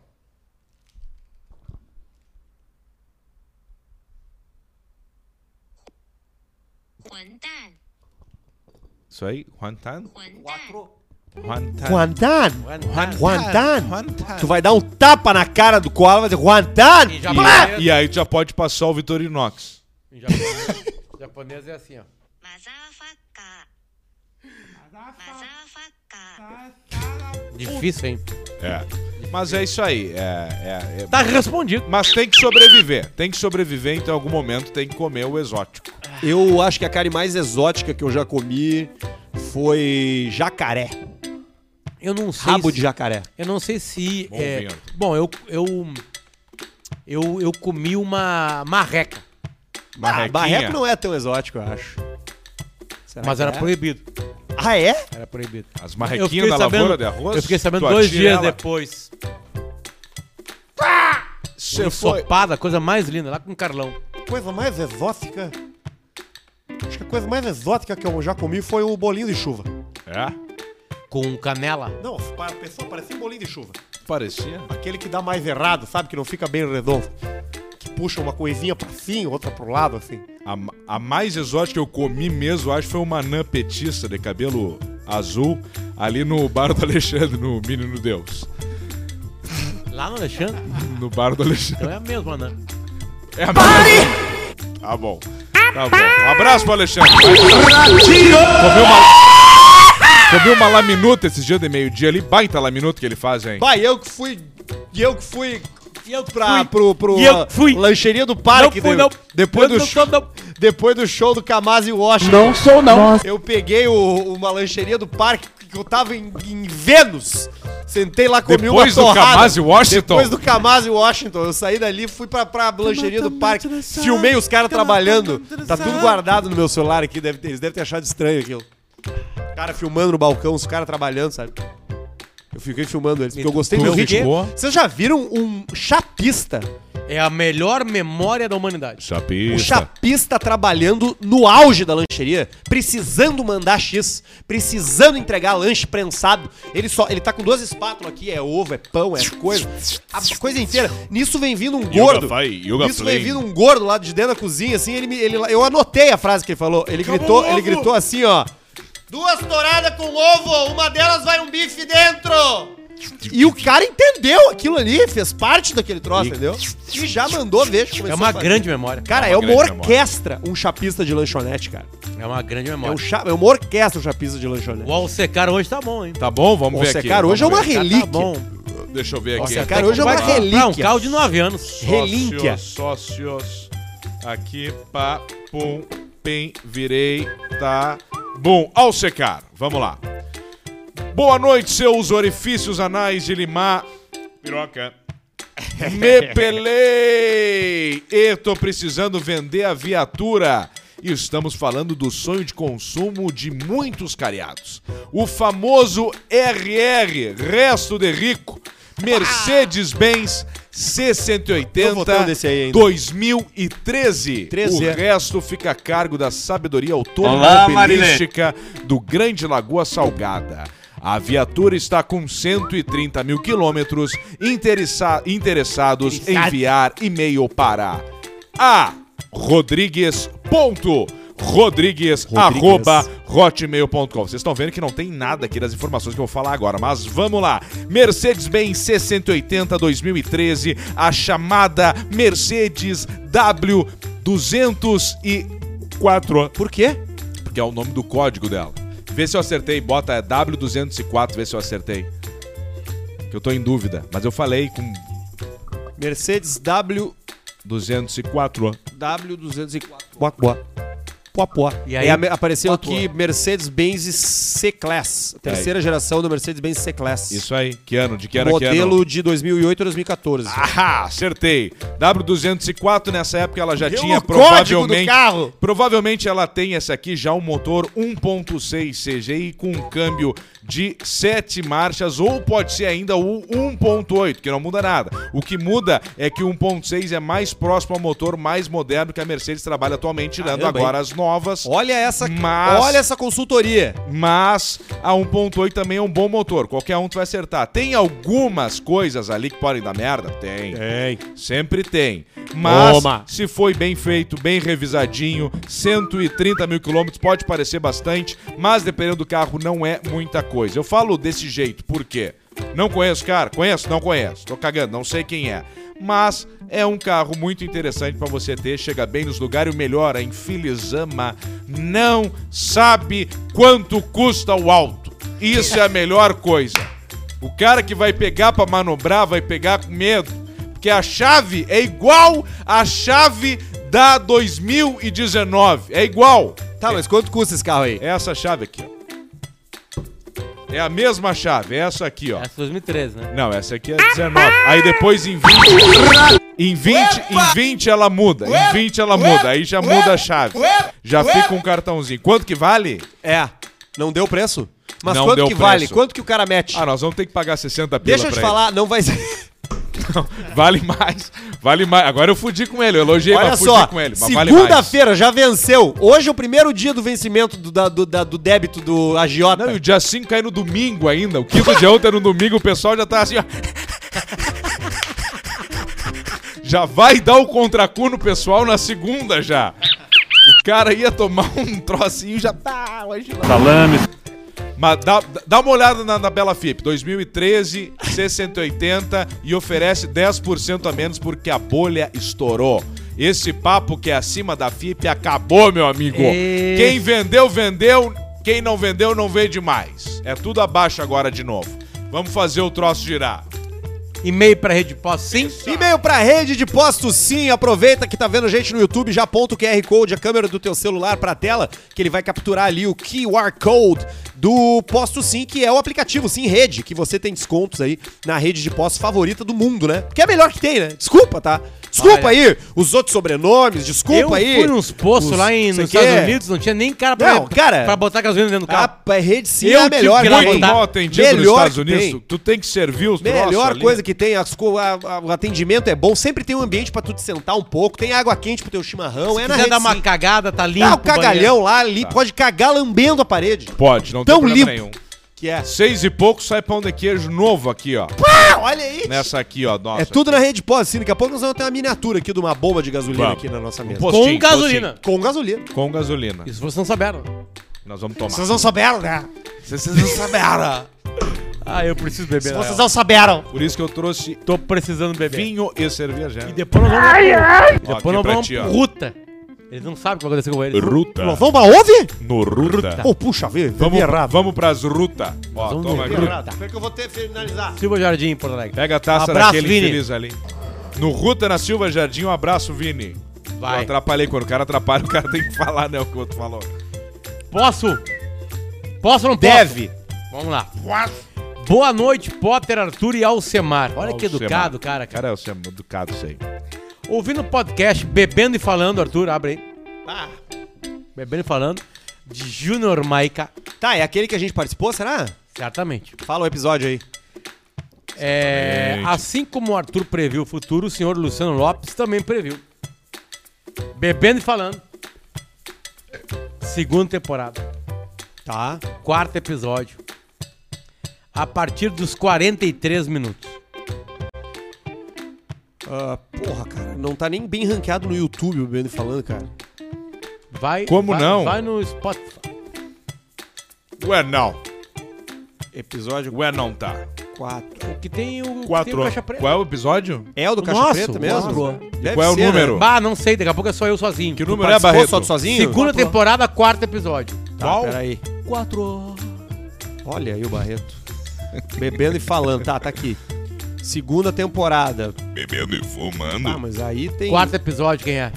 Isso aí, Huantan? Huantan. Guantan. Guantan. Guantan. Tu vai dar um tapa na cara do koala e vai dizer Guantan. Em japonês. E aí tu já pode passar o Vitorinox. Em japonês, em japonês é assim, ó. Difícil, hein? É. Mas é isso aí. É, é, é- Tá respondido. Mas tem que sobreviver. Tem que sobreviver, então em algum momento tem que comer o exótico. Eu acho que a carne mais exótica que eu já comi foi jacaré. Eu não sei. Rabo se- de jacaré. Eu não sei se. Bom é, vinho. bom, eu, eu. Eu. Eu comi uma marreca, Ah, Marrequinha. barreco não é tão exótico, eu acho. Será mas que era é? proibido. Ah, é? Era proibido. As Eu marrequinhas fiquei da sabendo- lavoura de arroz. Eu fiquei sabendo tu dois atira dias ela. depois. Você Um foi. Ensopada, a coisa mais linda, lá com o Carlão. Coisa mais exótica. Acho que a coisa mais exótica que eu já comi foi o bolinho de chuva. É? Com canela. Não, para a pessoa parecia um bolinho de chuva. Parecia. Aquele que dá mais errado, sabe? Que não fica bem redondo. Que puxa uma coisinha pra cima, outra pro lado, assim. A, a mais exótica que eu comi mesmo, acho, foi uma anã petista de cabelo azul ali no bar do Alexandre, no Menino Deus. Lá no Alexandre. No bar do Alexandre. Então é a mesma, né? É a mais... Tá bom. Tá bom. Um abraço pro Alexandre. Vai com Deus. Comi uma... Comi uma laminuta esse dia de meio-dia ali. Baita laminuta que ele faz, hein? Vai, eu que fui. E eu que fui. E eu pra, fui. pro, pro E eu ah, que fui. lancheria do parque. Não fui, de- não. Depois, Eu do não show, sou, não. depois do show do Kamaz e Washington. Não sou, não. Eu peguei o- uma lancheria do parque que eu tava em, em Vênus. Sentei lá, comi Depois uma do torrada. Kamaz e Washington? Depois do Kamaz e Washington. Eu saí dali, fui pra, pra lancheria do parque. Filmei os caras trabalhando. Tá tudo guardado no meu celular aqui. Deve ter- eles devem ter achado estranho aquilo. O cara filmando no balcão, os caras trabalhando, sabe? Eu fiquei filmando eles, porque eu gostei tu do ficou? ritmo. Vocês já viram um chapista? É a melhor memória da humanidade. O Chapista. chapista trabalhando no auge da lancheria, precisando mandar X, precisando entregar lanche prensado. Ele só, ele tá com duas espátulas aqui, é ovo, é pão, é coisa, a coisa inteira. Nisso vem vindo um gordo. vai, yoga Nisso plane. vem vindo um gordo lá de dentro da cozinha, assim, ele, me- ele eu anotei a frase que ele falou. Ele gritou, ele gritou assim, ó: "Duas touradas com ovo, uma delas vai um bife dentro". E o cara entendeu aquilo ali, fez parte daquele troço, entendeu? E já mandou ver. É uma grande memória. Cara, é uma uma grande memória. orquestra um chapista de lanchonete, cara. É uma grande É, um memória. cha... é uma orquestra um chapista de lanchonete. O Alcecar hoje tá bom, hein? Tá bom? Vamos Nossa, ver aqui. cara, hoje é Vamos uma ver. relíquia. Tá bom. Deixa eu ver aqui. Nossa, cara, hoje é uma Vai comprar um relíquia. carro de 9 anos. relíquia. Sócios, sócios. Aqui, pá, pum, pem, virei, tá. Bom, ao secar, vamos lá. Boa noite, seus orifícios anais de limar. Piroca. Me pelei! E tô precisando vender a viatura. E estamos falando do sonho de consumo de muitos cariados. O famoso RR, resto de rico. Mercedes-Benz Tô votando nesse um aí C180 ainda. 2013. 13, O é. resto fica a cargo da sabedoria Olá, automobilística do Grande Lagoa Salgada. A viatura está com 130 mil quilômetros. interessa- interessados enviar e-mail para a Rodrigues. Ponto. Rodrigues, arroba hotmail.com. Vocês estão vendo que não tem nada aqui das informações que eu vou falar agora, mas vamos lá. Mercedes-Benz C180 2013, a chamada Mercedes W204. Por quê? Porque é o nome do código dela. Vê se eu acertei, bota W204, vê se eu acertei. Que eu tô em dúvida, mas eu falei com Mercedes W 204. W204. Poapoa. Poapoa. E aí, É, ame- apareceu Poapoa. aqui Mercedes-Benz C-Class. Terceira geração do Mercedes-Benz C-Class. Isso aí. Que ano? De que ano que ano? Modelo de 2008 a 2014. Ahá, Ah, acertei. W204, nessa época ela já Deu tinha o um código do provavelmente. carro. Provavelmente ela tem essa aqui já um motor 1.6 CGI com um câmbio de 7 marchas ou pode ser ainda o 1.8, que não muda nada. O que muda é que o 1.6 é mais próximo ao motor mais moderno que a Mercedes trabalha atualmente, tirando Caramba, agora as novas. Olha essa, Mas- olha essa consultoria. Mas a 1.8 também é um bom motor. Qualquer um tu vai acertar. Tem algumas coisas ali que podem dar merda? Tem. Tem. Sempre tem. Mas Toma. se foi bem feito, bem revisadinho, 130 mil quilômetros pode parecer bastante, mas dependendo do carro não é muita coisa. Eu falo desse jeito, por quê? Não conheço, cara? Conheço? Não conheço. Tô cagando, não sei quem é. Mas é um carro muito interessante pra você ter, chega bem nos lugares e o melhor, a Infelizama não sabe quanto custa o alto. Isso é a melhor coisa. O cara que vai pegar pra manobrar vai pegar com medo. Porque a chave é igual à chave da 2019. É igual. Tá, mas quanto custa esse carro aí? É essa chave aqui, ó. É a mesma chave, é essa aqui, ó. Essa é 2013, né? Não, essa aqui é 19. Aí depois em 20. Em 20, em 20 ela muda. Em 20 ela muda. Aí já muda a chave. Já fica um cartãozinho. Quanto que vale? É. Não deu preço? Mas Não quanto deu que vale? preço. Quanto que o cara mete? Ah, nós vamos ter que pagar 60 pila Deixa eu te pra falar, não vai ser. ele. Vale mais. Vale mais. Agora eu fudi com ele. Eu elogiei, Olha mas só, fudi com ele. Mas vale mais. segunda-feira já venceu. Hoje é o primeiro dia do vencimento do, da- do- da- do débito do agiota. Não, e o dia 5 cai no domingo ainda. O quinto de ontem no domingo, o pessoal já tá assim, ó. Já vai dar o contracu no pessoal na segunda já. O cara ia tomar um trocinho já tá hoje lá. Mas dá, dá uma olhada na, na Bela FIP, 2013, C180 e oferece 10% a menos porque a bolha estourou. Esse papo que é acima da FIP acabou, meu amigo. É. E- Quem vendeu, vendeu. Quem não vendeu, não vende mais. É tudo abaixo agora de novo. Vamos fazer o troço girar. E-mail pra rede pós, sim? E-mail pra rede de postos, sim. Aproveita que tá vendo gente no YouTube, já aponta o QR Code, a câmera do teu celular pra tela, que ele vai capturar ali o QR Code do Posto Sim, que é o aplicativo Sim Rede, que você tem descontos aí na rede de postos favorita do mundo, né? Que é a melhor que tem, né? Desculpa, tá? Desculpa aí os outros sobrenomes, desculpa eu aí. fui nos poços os- lá em, nos sei quê. Estados Unidos, não tinha nem cara pra, Não, cara. pra botar gasolina dentro do Ah, carro. pá, rede Sim Eu é a tive melhor que que Muito botar. mal tem. atendido nos Melhor Estados que Unidos, tem. tu tem que servir os troços Melhor ali. coisa que tem, as co- a- a- o atendimento é bom, sempre tem um ambiente pra tu te sentar um pouco, tem água quente pro teu chimarrão, é na Se quiser rede dar uma sim. cagada, tá limpo. Dá o o banheiro. cagalhão lá, Tá. ali, pode cagar lambendo a parede. Pode, não Tão tem problema limpo. nenhum. Que é. Seis e pouco sai pão de queijo novo aqui, ó. Ah, olha aí! Nessa aqui, ó. Nossa. é tudo na rede pós, assim, daqui a pouco nós vamos ter uma miniatura aqui de uma bomba de gasolina Vamos. aqui na nossa mesa. Postinho, postinho. Com gasolina. Com gasolina. Com gasolina. Isso vocês não souberam. Nós vamos tomar. Vocês não souberam, né? Vocês não saberam. Ah, eu preciso beber. Vocês não souberam. Por isso que eu trouxe Tô precisando beber. vinho e cerveja. E depois nós vamos. Ó, depois aqui nós pra vamos ti, pra ó. ruta. Eles não sabem o que vai acontecer com eles. Ruta. Nós vamos pra ouvir? No ruta. Oh, puxa, vê, vamos Vamos, é errado. vamos pras ruta. Ó, Vamos toma ver. aqui. Ruta. Espera que eu vou ter finalizar. Silva Jardim, em Porto Alegre. Pega a taça Abraço, daquele Vini. infeliz ali. No Ruta na Silva Jardim, um abraço, Vini. Vai. Eu atrapalhei. Quando o cara atrapalha, o cara tem que falar, né? O que o outro falou. Posso? Posso ou não posso? Deve. Vamos lá. Boa noite, Potter, Arthur e Alcemar. Olha que Alcemar. educado, cara, cara. Cara, eu sou educado, sei. Ouvindo o podcast, bebendo e falando, Arthur, abre aí. Ah, Bebendo e falando. De Junior Maica. tá, é aquele que a gente participou, será? Certamente. Fala o episódio aí. É, assim como o Arthur previu o futuro, o senhor Luciano Lopes também previu. Bebendo e falando. Segunda temporada. Tá. Quarto episódio. A partir dos 43 minutos. Ah, porra, cara, não tá nem bem ranqueado no YouTube o Bebendo e Falando, cara. Vai, Como vai- não? Vai no Spotify. Ué, não. Episódio Ué, não tá. 4. O que tem o, que tem Quatro. o caixa preta. Qual é o episódio? É o do Caixa Nosso, Preta mesmo? quatro. Deve Qual é o ser, né? número? Bah, não sei, daqui a pouco é só eu sozinho. Que Tu número é, participou? Barreto? Só tu sozinho? Segunda temporada, quarto episódio. Tá, Qual? peraí. Quatro. Olha aí o Barreto. Bebendo e falando. Tá, tá aqui. Segunda temporada. Bebendo e fumando. Ah, mas aí tem... Quarto episódio, quem é?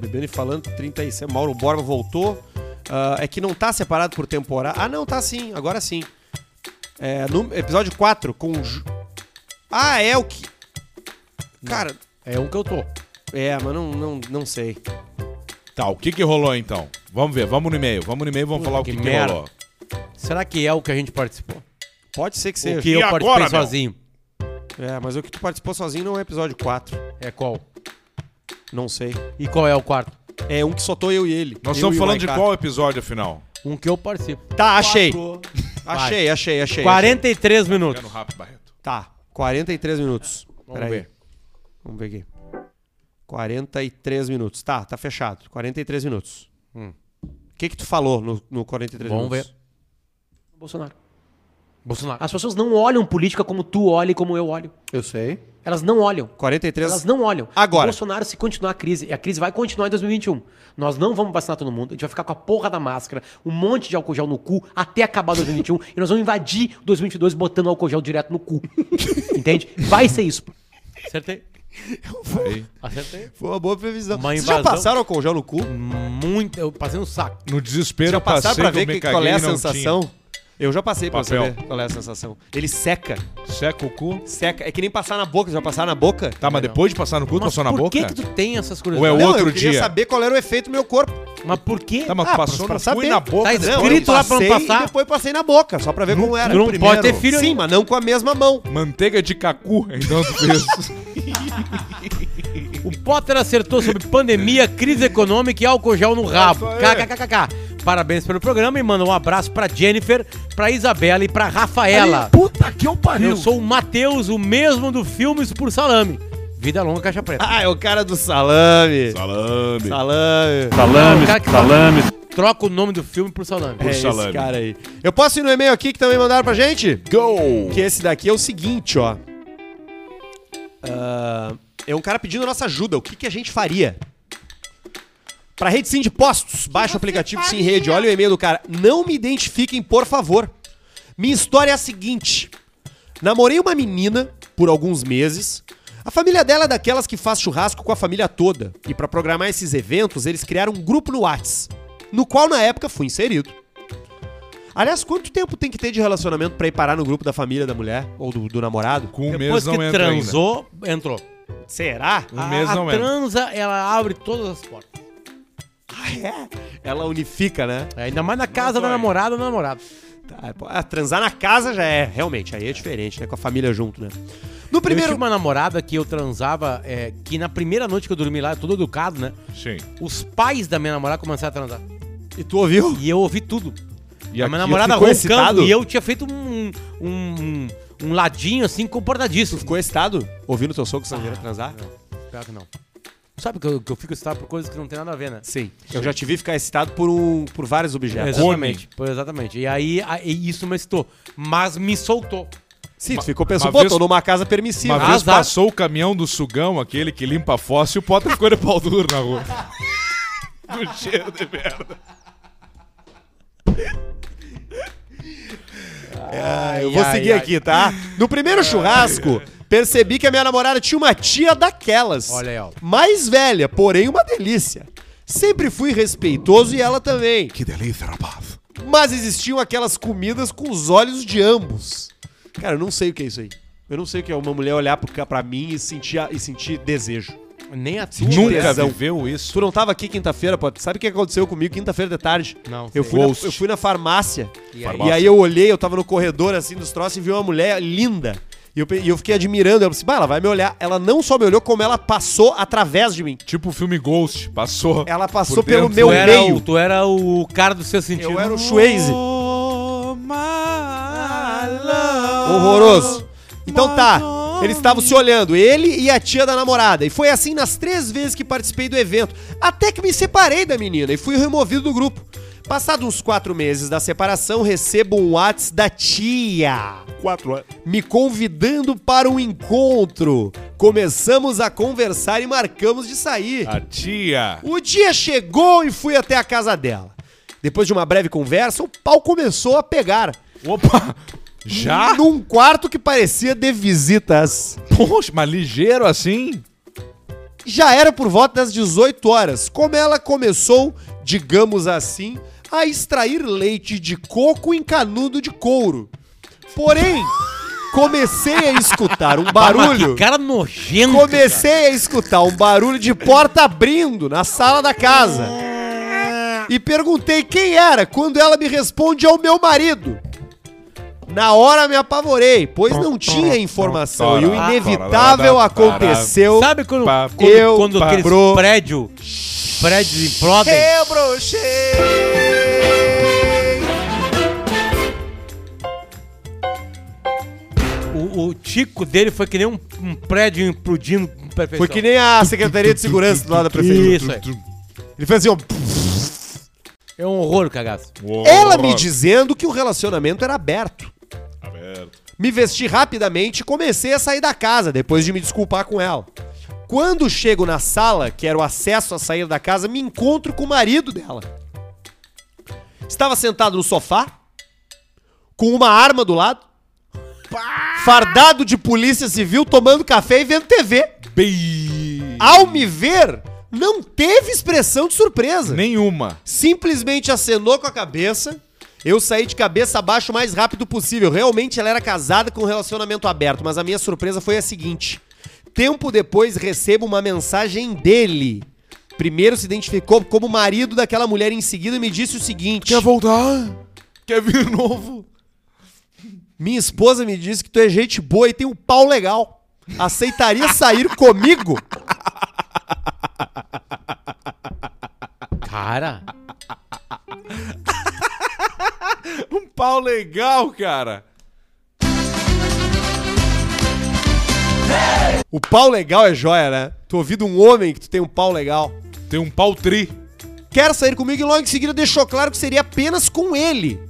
Bebendo e falando, 37. Mauro Borba voltou. Ah, é que não tá separado por temporada. Ah, não, tá sim. Agora sim. É, no episódio 4, com... o Ju- Ah, é o que... Cara... É um que eu tô. É, mas não, não, não sei. Tá, o que que rolou então? Vamos ver, vamos no e-mail. Vamos no e-mail, vamos Puta, falar o que que que, merda. rolou. Será que é o que a gente participou? Pode ser que O seja. que eu E participei agora, meu? sozinho. É, mas o que tu participou sozinho não é episódio 4. É qual? Não sei. E qual é o quarto? É um que só tô eu e ele. Nós Eu estamos e o falando de Maiká. qual episódio, afinal? Um que eu participo. Tá, achei. Achei, achei, achei. 43 minutos. Pegando rápido, Barreto. achei. Tá, 43 minutos. Vamos Peraí. ver. Vamos ver aqui. 43 minutos. Tá, tá fechado. 43 minutos. O que que tu falou no, no 43 Hum. Vamos minutos? ver. Bolsonaro. Bolsonaro. As pessoas não olham política como tu olha e como eu olho. Eu sei. Elas não olham. 43... Elas não olham. Agora. O Bolsonaro, se continuar a crise, e a crise vai continuar em 2021. Nós não vamos vacinar todo mundo. A gente vai ficar com a porra da máscara, um monte de álcool gel no cu até acabar 2021. e nós vamos invadir 2022 botando álcool gel direto no cu. Entende? Vai ser isso. Acertei. Aí. Acertei. Foi uma boa previsão. Uma Vocês já invasão. passaram o gel no cu? Muito. Eu passei um saco. No desespero, Já eu passei, passaram pra eu ver me que, caguei qual é e a não sensação? tinha. Eu já passei pra Papel. saber qual é a sensação. Ele seca, Seca o cu. seca. É que nem passar na boca. Já passaram na boca? Tá, mas depois de passar no cu, tu Mas passou na por boca? que, que tu tem essas Ou é curiosidades? Não, outro eu queria dia? saber qual era o efeito no meu corpo. Mas por quê? Tá, mas é Ah, passou pra no cu saber. e na boca. Tá depois? escrito lá pra não Passei passar? E depois passei na boca, só pra ver como era. tu não pode ter filho Sim, ainda. mas não com a mesma mão. Manteiga de cacu, então tu fez. O Potter acertou sobre pandemia, crise econômica e álcool gel no rabo. é. KKKKK. Parabéns pelo programa e manda um abraço pra Jennifer, pra Isabela e pra Rafaela. Puta que eu pariu. Eu sou o Matheus, o mesmo do filmes por salame. Vida longa, caixa preta. Ah, é o cara do salame. Salame. Salame. Salames, salames. Troca o nome do filme por salame. É salame. esse cara aí. Eu posso ir no e-mail aqui que também mandaram pra gente? Go! Que esse daqui é o seguinte, ó. Ah, é um cara pedindo nossa ajuda. O que, que a gente faria? Pra rede Sim de Postos, baixa o aplicativo Sim Rede. Olha o e-mail do cara. Não me identifiquem, por favor. Minha história é a seguinte. Namorei uma menina por alguns meses. A família dela é daquelas que faz churrasco com a família toda. E pra programar esses eventos, eles criaram um grupo no Whats, no qual na época fui inserido. Aliás, quanto tempo tem que ter de relacionamento pra ir parar no grupo da família da mulher ou do, do namorado? Com um mês Depois não que entra ainda. transou, entrou. Será? Um mês a não entra. transa, ela abre todas as portas. Ah, é? Ela unifica, né? Ainda mais na casa da vai. namorada ou do namorado. Tá, pô, ah, transar na casa já é, realmente, aí é diferente, né? Com a família junto, né? No Primeiro... Eu primeiro. tive uma namorada que eu transava, é, que na primeira noite que eu dormi lá, todo educado, né? Sim. Os pais da minha namorada começaram a transar. E tu ouviu? E eu ouvi tudo. E a aqui minha namorada ficou roncando excitado? e eu tinha feito um, um, um, um ladinho assim, comportadíssimo. Ficou excitado? Ouvindo teu soco sangueiro transar? É. Pior que não. Sabe que eu, que eu fico excitado por coisas que não tem nada a ver, né? Sim. Eu já te vi ficar excitado por, um, por vários objetos. Exatamente. Pois exatamente. E aí, a- e isso me excitou. Mas me soltou. Sim, Uma- tu ficou pensando, uma pô, vez- tô numa casa permissiva. Uma Ah, vez azar. passou o caminhão do sugão, aquele que limpa a fossa, e o Potter ficou de pau duro na rua. Do cheiro de merda. Ah, eu vou seguir aqui, tá? No primeiro churrasco, percebi que a minha namorada tinha uma tia daquelas. Olha aí, ó. Mais velha, porém uma delícia. Sempre fui respeitoso e ela também. Que delícia, rapaz. Mas existiam aquelas comidas com os olhos de ambos. Cara, eu não sei o que é isso aí. Eu não sei o que é uma mulher olhar pro- pra mim e sentir, a- e sentir desejo. Nem a tua. Nunca tesão. viveu isso? Tu não tava aqui quinta-feira, pô. Sabe o que aconteceu comigo quinta-feira de tarde? Não, Eu sei. fui, na, Ghost. eu fui na farmácia e aí, Farmácia. eu olhei, eu tava no corredor assim dos troços e vi uma mulher linda. E eu, pe- e eu fiquei admirando. Eu pensei, bah, ela vai me olhar. Ela não só me olhou, como ela passou através de mim. Tipo o filme Ghost, passou. Ela passou Por pelo dentro. meu tu, era meio. o, tu era o cara do seu sentido. Eu era o Schweize. Horroroso. Então tá, eles estavam se olhando, ele e a tia da namorada. E foi assim nas três vezes que participei do evento. Até que me separei da menina e fui removido do grupo. Passados uns quatro meses da separação, recebo um Whats da tia. Quatro Me convidando para um encontro. Começamos a conversar e marcamos de sair. A tia. O dia chegou e fui até a casa dela. Depois de uma breve conversa, o pau começou a pegar. Opa! Já? Num quarto que parecia de visitas. Poxa, mas ligeiro assim? Já era por volta das 18 horas, como ela começou, digamos assim, a extrair leite de coco em canudo de couro. Porém, comecei a escutar um barulho. Que cara nojento. Comecei a escutar um barulho de porta abrindo na sala da casa. E perguntei quem era quando ela me responde ao meu marido. Na hora me apavorei, pois não tinha informação e o inevitável aconteceu. Sabe quando, Pá, quando, eu quando aqueles parou. prédio, prédios implodem? Eu brochei. O, o tico dele foi que nem um, um prédio implodindo com perfeição. Foi que nem a Secretaria de Segurança lá da Prefeitura. Isso aí. Ele fazia um... É um horror o cagaço. Ela me dizendo que o relacionamento era aberto. Me vesti rapidamente e comecei a sair da casa, depois de me desculpar com ela. Quando chego na sala, que era o acesso à saída da casa, me encontro com o marido dela. Estava sentado no sofá, com uma arma do lado, fardado de polícia civil, tomando café e vendo TV. Ao me ver, não teve expressão de surpresa Nenhuma. simplesmente acenou com a cabeça Eu saí de cabeça abaixo o mais rápido possível. Realmente ela era casada com um relacionamento aberto, mas a minha surpresa foi a seguinte: tempo depois recebo uma mensagem dele. Primeiro se identificou como marido daquela mulher, em seguida me disse o seguinte: Quer voltar? Quer vir novo? Minha esposa me disse que tu é gente boa e tem um pau legal. Aceitaria sair comigo? Cara, Um pau legal, cara. O pau legal é joia, né? Tu ouvido um homem que tu tem um pau legal. Tem um pau tri. Quer sair comigo e logo em seguida deixou claro que seria apenas com ele.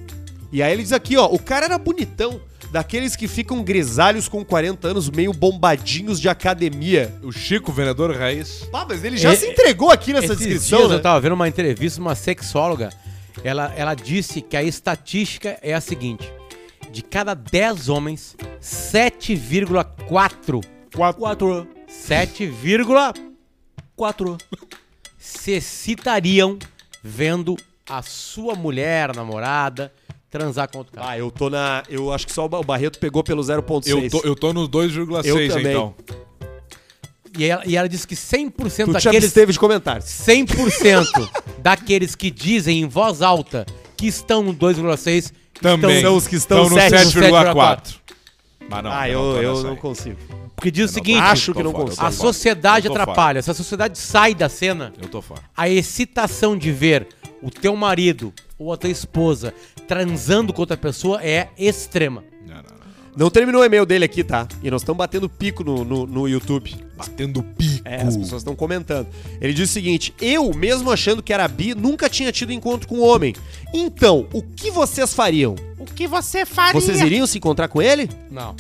E aí ele diz aqui, ó, o cara era bonitão, daqueles que ficam grisalhos com 40 anos, meio bombadinhos de academia. O Chico, vendedor raiz. Pá, mas ele já É, se entregou aqui nessa esses descrição, dias eu né? tava vendo uma entrevista, uma sexóloga, ela, ela disse que a estatística é a seguinte, de cada 10 homens, 7,4 Quatro. 7,4 Quatro. se excitariam vendo a sua mulher, namorada, transar com outro cara. Ah, eu tô na... Eu acho que só o Ba- o Barreto pegou pelo 0.6. Eu tô, eu tô nos Eu 2,6 também. então. E ela, e ela disse que 100% Tu te daqueles absteve de comentários. 100% daqueles que dizem em voz alta que estão no 2,6 Também. Então são Então estão os que estão no sete, 7,4. Mas não. ah, tô eu, eu nessa não aí. consigo. porque diz o seguinte, acho que tô não fora, consigo. a eu tô fora. sociedade Eu tô fora. atrapalha, se a sociedade sai da cena, Eu tô fora. a excitação de ver o teu marido ou a tua esposa transando com outra pessoa é extrema. Não, não, não. Não terminou o e-mail dele aqui, tá? E nós estamos batendo pico no, no, no YouTube. Batendo pico. É, as pessoas estão comentando. Ele diz o seguinte: Eu, mesmo achando que era bi, nunca tinha tido encontro com um homem. Então, o que vocês fariam? O que você faria? Vocês iriam se encontrar com ele? Não.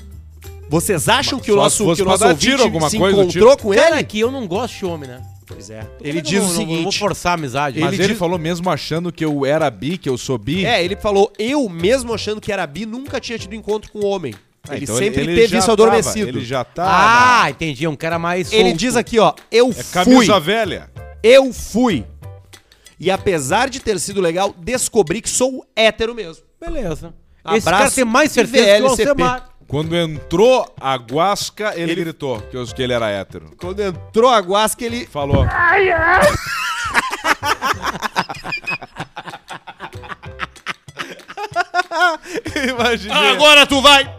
Vocês acham que o só nosso, se que fosse o pra nosso dar ouvinte tiro, alguma se coisa do tipo. encontrou com Cara, ele? aqui é eu não gosto de homem, né? Pois é. Como Ele é que diz eu não- o não- Eu vou seguinte. forçar a amizade. Mas Mas ele, diz- falou mesmo achando que eu era bi, que eu sou bi. É, ele falou: Eu, mesmo achando que era bi, nunca tinha tido encontro com um homem. Ah, ele então sempre ele teve já isso tava, adormecido. ele já tá. Ah, entendi. É um cara mais Ele solto. diz aqui, ó, eu É fui. camisa velha. Eu fui. E apesar de ter sido legal, descobri que sou hétero mesmo. Beleza. Esse Abraço, cara tem mais certeza que o VLCP. Alcemar. Quando entrou a guasca, ele, Ele- gritou que, eu- que ele era hétero. Quando entrou a guasca, ele. Falou. "Ah, Imaginei. Agora tu vai!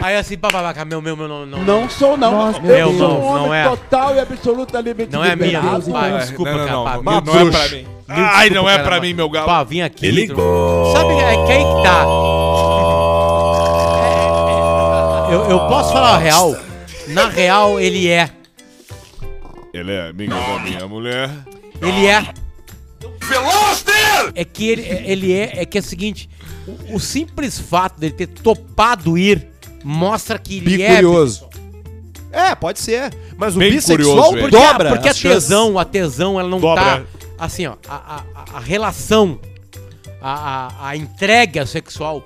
Aí assim, papapá, meu, meu, meu, não, não. Não sou, não. eu eu sou não, um homem não é. total e absoluta liberdade. Não é minha, não. Então, Pai, desculpa, não, não, cara. não, pá, não, me- não é pra mim. Ai, não é pra mim, meu galo. Pá, vim aqui. Ele Sabe, é que aí que tá. É, é, é. Eu, eu posso falar a real. Na real, ele é. Ele é amigo da minha mulher. Ele é. É que ele, é- ele é. É que é o seguinte: o, o simples fato dele ter topado ir mostra que ele é. Bicurioso. É, pode ser. Mas o Bem bissexual curioso ele. Porque, a- dobra. porque a é as chances. tesão, a tesão, ela não Dobra. tá. Assim, ó, a, a- a- a relação, a, a, a entrega sexual,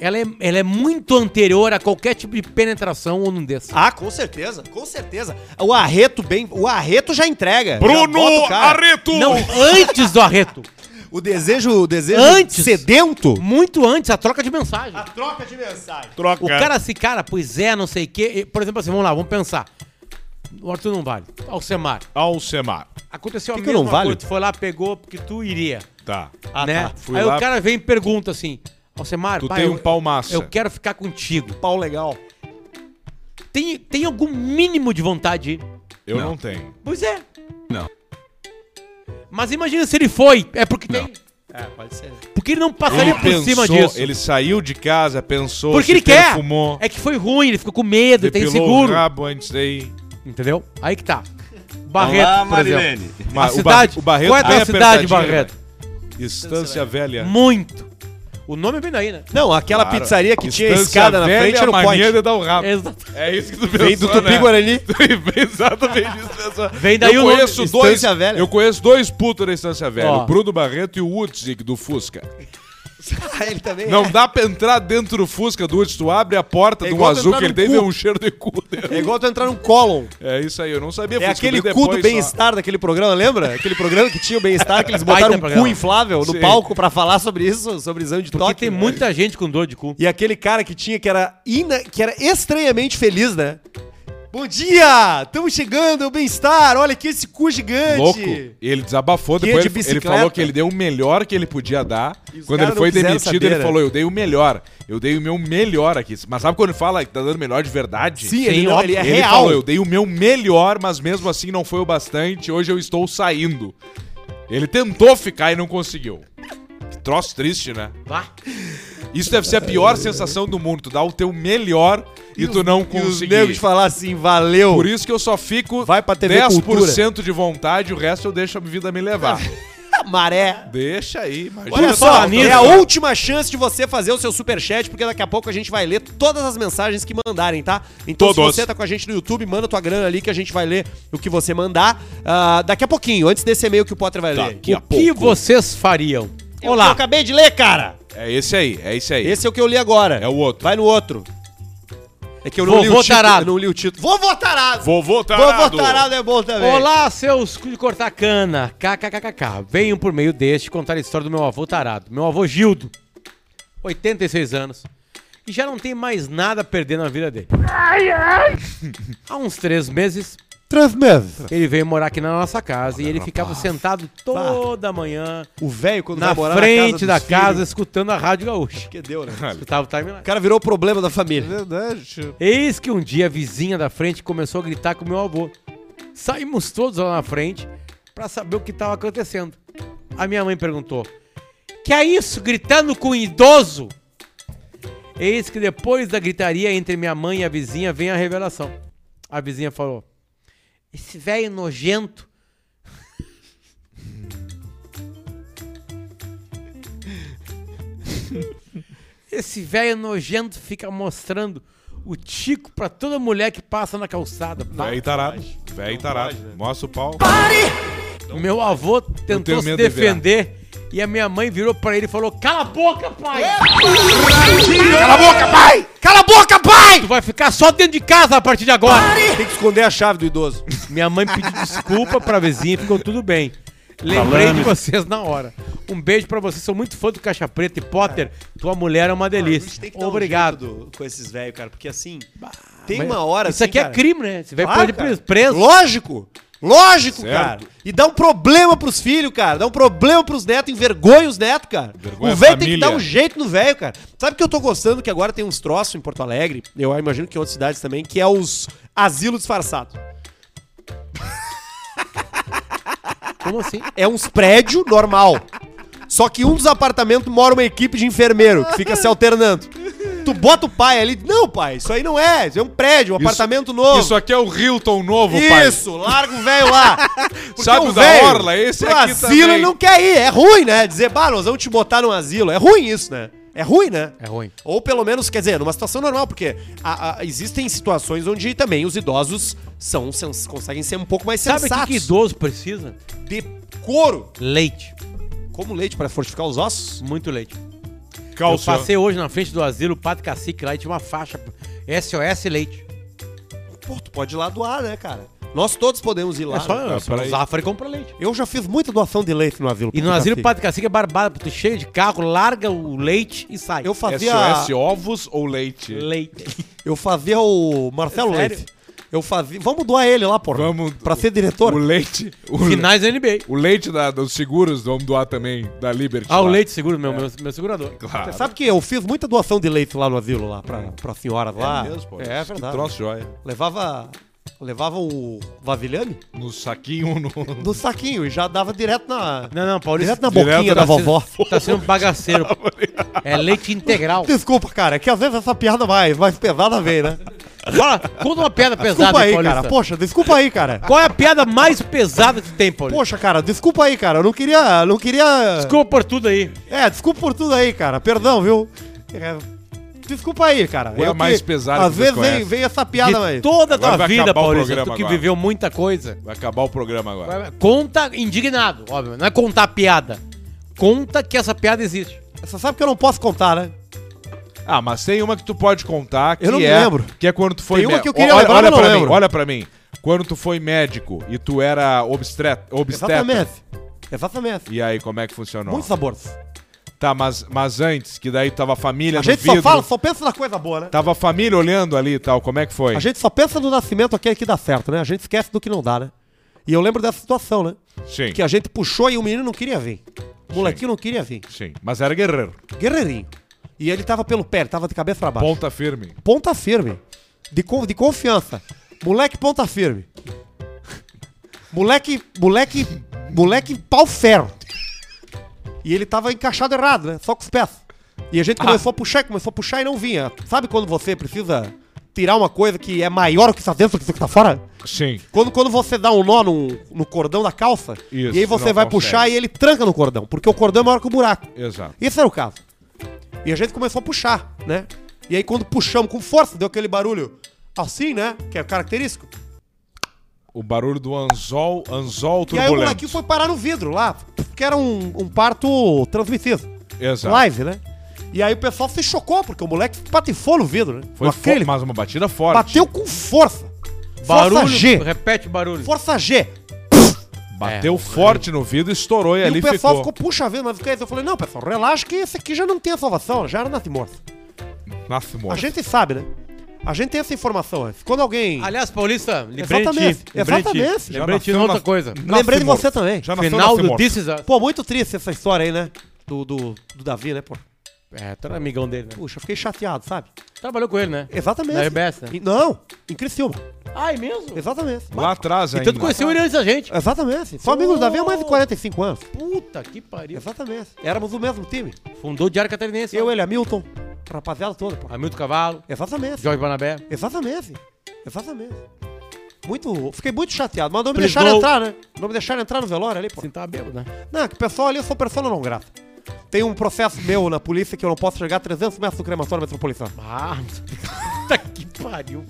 ela é, ela é muito anterior a qualquer tipo de penetração ou nudez. Ah, com certeza, com certeza. O arreto bem. O arreto já entrega. Já bota Bruno o cara. Arreto! Não, antes do arreto. O desejo, o desejo Antes. sedento. Muito antes, a troca de mensagem. troca de mensagem. Troca. O cara assim, cara, pois é, não sei o quê. E, Por exemplo, assim, vamos lá, vamos pensar. O Arthur não vale. Alcemar. Alcemar. Aconteceu Que a que eu mesma não valho? coisa. Tu foi lá, pegou, porque tu iria. Tá. né? Fui Aí lá- o cara vem e pergunta assim: Alcemar, Tu pai, tem um eu- pau massa. Eu quero ficar contigo. Pau um legal. Tem, tem algum mínimo de vontade? Eu não tenho. Pois é. Não. Mas imagina se ele foi. É porque tem. É, pode ser. Porque ele não Ele passaria por pensou, cima disso. ele saiu de casa, pensou, Porque se ele quer. perfumou, É que foi ruim, ele ficou com medo, tem depilou seguro. o rabo antes daí. Entendeu? Aí que tá. Barreto, por exemplo. Mas a o Bar- cidade. o Barreto qual é a bem tua cidade, apertadinho, né? É. Barreto? Estância Velha. Muito. O nome é bem daí, né? Não, aquela Claro. pizzaria que tinha Estância escada na Velha, frente era o a mania point. de dar o rabo. Exato. É isso que tu pensou, Vem do Tupi né? Guarani. Exatamente isso, pessoal. Vem daí eu o nome- conheço dois, Estância Velha. Eu conheço dois putos da Estância Velha. Ó. O Bruno Barreto e o Utzig, do Fusca. Ah, ele também. Não dá pra entrar dentro do Fusca do Hudson, tu abre a porta É do igual tu azul entrar que ele num tem cu. e vê um cheiro de cu dentro. É igual tu entrar num colon. É isso aí, eu não sabia. É fui aquele descobrir cu do depois só. bem-estar daquele programa, lembra? Aquele programa que tinha o bem-estar, que eles Baita botaram um cu programa. inflável no Sim. palco pra falar sobre isso, sobre exame de Porque toque. tem né? muita gente com dor de cu. E aquele cara que tinha, que era, ina... que era estranhamente feliz, né? Bom dia! Estamos chegando, é o bem-estar! Olha aqui esse cu gigante! Louco. E ele desabafou Guia depois. de Ele, ele bicicleta. falou que ele deu o melhor que ele podia dar. E os Quando caras ele foi não quiseram demitido, saber, ele né? falou: Eu dei o melhor. Eu dei o meu melhor aqui. Mas sabe quando ele fala que tá dando melhor de verdade? Sim, ele, não, ele é ele real. falou: Eu dei o meu melhor, mas mesmo assim não foi o bastante. Hoje eu estou saindo. Ele tentou ficar e não conseguiu. Que troço triste, né? Vá. Isso deve ser a pior sensação do mundo. Tu dá o teu melhor e, tu não E os conseguir. negros falar assim, valeu! Por isso que eu só fico Vai pra TV 10% Cultura. de vontade, o resto eu deixo a vida me levar. Maré! Deixa aí, imagina. Olha Por só, falar é nisso- a última chance de você fazer o seu superchat, porque daqui a pouco a gente vai ler todas as mensagens que mandarem, tá? Então Todos. se você tá com a gente no YouTube, manda tua grana ali que a gente vai ler o que você mandar ah, daqui a pouquinho, antes desse e-mail que o Potter vai ler. Daqui a o que pouco. vocês fariam? É o que Eu acabei de ler, cara! É esse aí, é esse aí. Esse é o que eu li agora. É o outro. Vai no outro. É que eu Vovô o título. tarado. Eu não li o título. Vovô tarado. Vovô Vovô tarado é bom também. Olá, seus cu de cortar cana. KKKKK. Venho por meio deste contar a história do meu avô tarado. Meu avô Gildo, 86 anos. E já não tem mais nada a perder na vida dele. Há uns três meses, Transmev. ele veio morar aqui na nossa casa e ele ficava sentado toda manhã O velho quando na vai morar frente na casa da dos casa filhos, escutando a Rádio Gaúcha. Que deu, né? Escutava o timeline. O cara virou o problema da É família. verdade, tio. Eis que um dia a vizinha da frente começou a gritar com meu avô. Saímos todos lá na frente pra saber o que estava acontecendo. A minha mãe perguntou: Que é isso gritando com um idoso? Eis que depois da gritaria entre minha mãe e a vizinha vem a revelação. A vizinha falou: Esse velho nojento. Esse velho nojento fica mostrando o tico pra toda mulher que passa na calçada. Pá. Véi tarado. Véi tarado. Mostra o pau. Meu avô tenho tentou se medo de virar. defender e a minha mãe virou pra ele e falou: Cala a boca, pai! Cala a boca, pai! Cala a boca, pai! Tu vai ficar só dentro de casa a partir de agora! Tem que esconder a chave do idoso. Minha mãe pediu desculpa pra vizinha e ficou tudo bem. Lembrei de vocês na hora. Um beijo pra vocês, sou muito fã do Caixa Preta e Potter, tua mulher é Ah, uma delícia. um Obrigado. com esses velhos, cara, porque assim, tem Mas uma hora Isso assim, aqui cara- é crime, né? Você vai Claro, pôr ele Ah, cara. preso. preso. Lógico! Lógico, Certo. cara! E dá um problema pros filhos, cara. Dá um problema pros netos, envergonha os netos, cara. Envergonha o a velho tem que família. dar um jeito no velho, cara. Sabe que eu tô gostando que agora tem uns troços em Porto Alegre, eu imagino que em outras cidades também, que é os asilo disfarçado. Como assim? É uns prédios normal. Só que um dos apartamentos mora uma equipe de enfermeiro, que fica se alternando. Tu bota o pai ali, não, pai, isso aí não é, isso é um prédio, um Isso- apartamento novo. Isso aqui é o Hilton novo, pai. Isso, larga o velho lá. Porque Sabe o da velho orla? Esse pro aqui asilo também. ele não quer ir. É ruim, né? Dizer, bah, nós vamos te botar num asilo. É ruim isso, né? É ruim, né? É ruim. Ou pelo menos, quer dizer, numa situação normal, porque a- a- existem situações onde também os idosos são, sens- conseguem ser um pouco mais Sabe sensatos. o que, que idoso precisa? De couro. Leite. Como leite para fortificar os ossos. Muito leite. Eu Calça. passei hoje na frente do asilo Pato Cacique lá e tinha uma faixa SOS Leite. Pô, tu pode ir lá doar, né, cara? Nós todos podemos ir lá. é só, né? é só peraí. usar a e compra leite. Eu já fiz muita doação de leite no asilo. E no Pato asilo Cacique. Padre Cacique é barbado, tu cheio de carro, larga o leite e sai. Eu fazia... SOS ovos ou leite? Leite. Eu fazia o Marcelo Sério? Leite. Eu fazia. Vamos doar ele lá, porra. Vamos- Pra ser diretor. O leite. O, Finais da NBA. o leite da- dos seguros vamos doar também, da Liberty. Ah, o lá. leite seguro, meu, meu, meu segurador. Claro. Sabe que eu fiz muita doação de leite lá no asilo, lá, pra, pra senhora lá. É mesmo, pô. É, é Que verdade. troço joia. Levava. Levava o vavilhame No saquinho, no... no saquinho e já dava direto na. Não, não, Paulista. direto na direto boquinha da na vovó. Tá sendo bagaceiro. é leite integral. Desculpa, cara, é que às vezes essa piada mais, mais pesada vem, né? Fala, conta uma piada pesada, Desculpa aí, Paulista. cara. Poxa, desculpa aí, cara. Qual é a piada mais pesada que tem, Paulista? Poxa, cara, desculpa aí, cara. Eu não queria. Não queria. Desculpa por tudo aí. É, desculpa por tudo aí, cara. Perdão, viu? É, desculpa aí, cara. Foi a Eu é mais pesada que Às tu vezes conhece. vem, vem essa piada, De mas... toda a Agora tua vai vida, acabar o Paulista, tu programa que agora. viveu muita coisa. Vai acabar o programa agora. Conta indignado, óbvio. Não é contar piada. Conta que essa piada existe. Você sabe que eu não posso contar, né? Ah, mas tem uma que tu pode contar que Eu não é, lembro. Que é quando tu foi Tem uma mé- que eu queria olha, lembrar, olha mas não pra mim, lembro. olha pra mim. Quando tu foi médico e tu era obstre- obstetra. Exatamente. Exatamente. E aí, como é que funcionou? Muitos sabores. Tá, mas, mas antes, que daí tava a família A Tá no gente vidro. só fala, só pensa na coisa boa, né? Tava a família olhando ali e tal, como é que foi? A gente só pensa no nascimento aquele que dá certo, né? A gente esquece do que não dá, né? E eu lembro dessa situação, né? Sim, Que a gente puxou e o menino não queria vir. O molequinho não queria vir. sim. Mas era guerreiro. Guerreirinho. E ele tava pelo pé, ele tava de cabeça pra baixo. Ponta firme. Ponta firme. De, con- de confiança. Moleque ponta firme. Moleque, moleque, moleque pau ferro. E ele tava encaixado errado, né? Só com os pés. E a Ah. gente começou a puxar, começou a puxar e não vinha. Sabe quando você precisa tirar uma coisa que é maior que está dentro do que está fora? Sim. Quando, quando você dá um nó no, no cordão da calça, Isso, e aí você não vai consegue. puxar e ele tranca no cordão, porque o cordão é maior que o buraco. Exato. Esse era o caso. E a gente começou a puxar, né? E aí quando puxamos com força, deu aquele barulho assim, né? Que é característico. O barulho do anzol, anzol E aí o turbulento. molequinho foi parar no vidro lá, porque era um, um parto transmitido. Exato. Live, né? E aí o pessoal se chocou, porque o moleque patifou no vidro, né? Foi Com fo- aquele- mas uma batida forte. Bateu com força. Barulho. Força G. Repete o barulho. Força G. Bateu forte no vidro, estourou e, É, E ali o pessoal ficou. ficou, puxa vida, mas o que é isso? Eu falei, não, pessoal, relaxa que esse aqui já não tem salvação, já era nasce morto. Nasce A morto. gente sabe, né? A gente tem essa informação antes. Quando alguém. Aliás, Paulista, lembrei Exatamente, de ti. Lembrei de ti. exatamente. Já Lembrei de ti de nasceu outra na- coisa. nasce Lembrei de morto. você também. Já nasceu Final nasce do morto. This Is Us. Pô, muito triste essa história aí, né? Do, do, do Davi, né, pô? É, tu era amigão dele, né? Puxa, eu fiquei chateado, sabe? Trabalhou com ele, né? Exatamente. Na RBS, né? E- não, em Criciúma. Ai, Ah, é mesmo? Exatamente. Lá atrás Então ainda. tu conheceu ele antes da gente. Exatamente. Só amigo do Davi há mais de 45 anos. Puta que pariu. Exatamente. Éramos o mesmo time. Fundou o Diário Catarinense. Eu, ele, Hamilton, a rapaziada toda, pô. Hamilton Cavalo, Exatamente. Jorge Banabé. Exatamente. Exatamente. Muito. Fiquei muito chateado, mas não me Prisgol. deixaram entrar, né? Não me deixaram entrar no velório ali, pô. Assim, tava bêbado, né? Não, que o pessoal ali, eu sou persona não grata. Tem um processo meu na polícia que eu não posso chegar a 300 metros do crematório metropolitano. Ah, puta que pariu.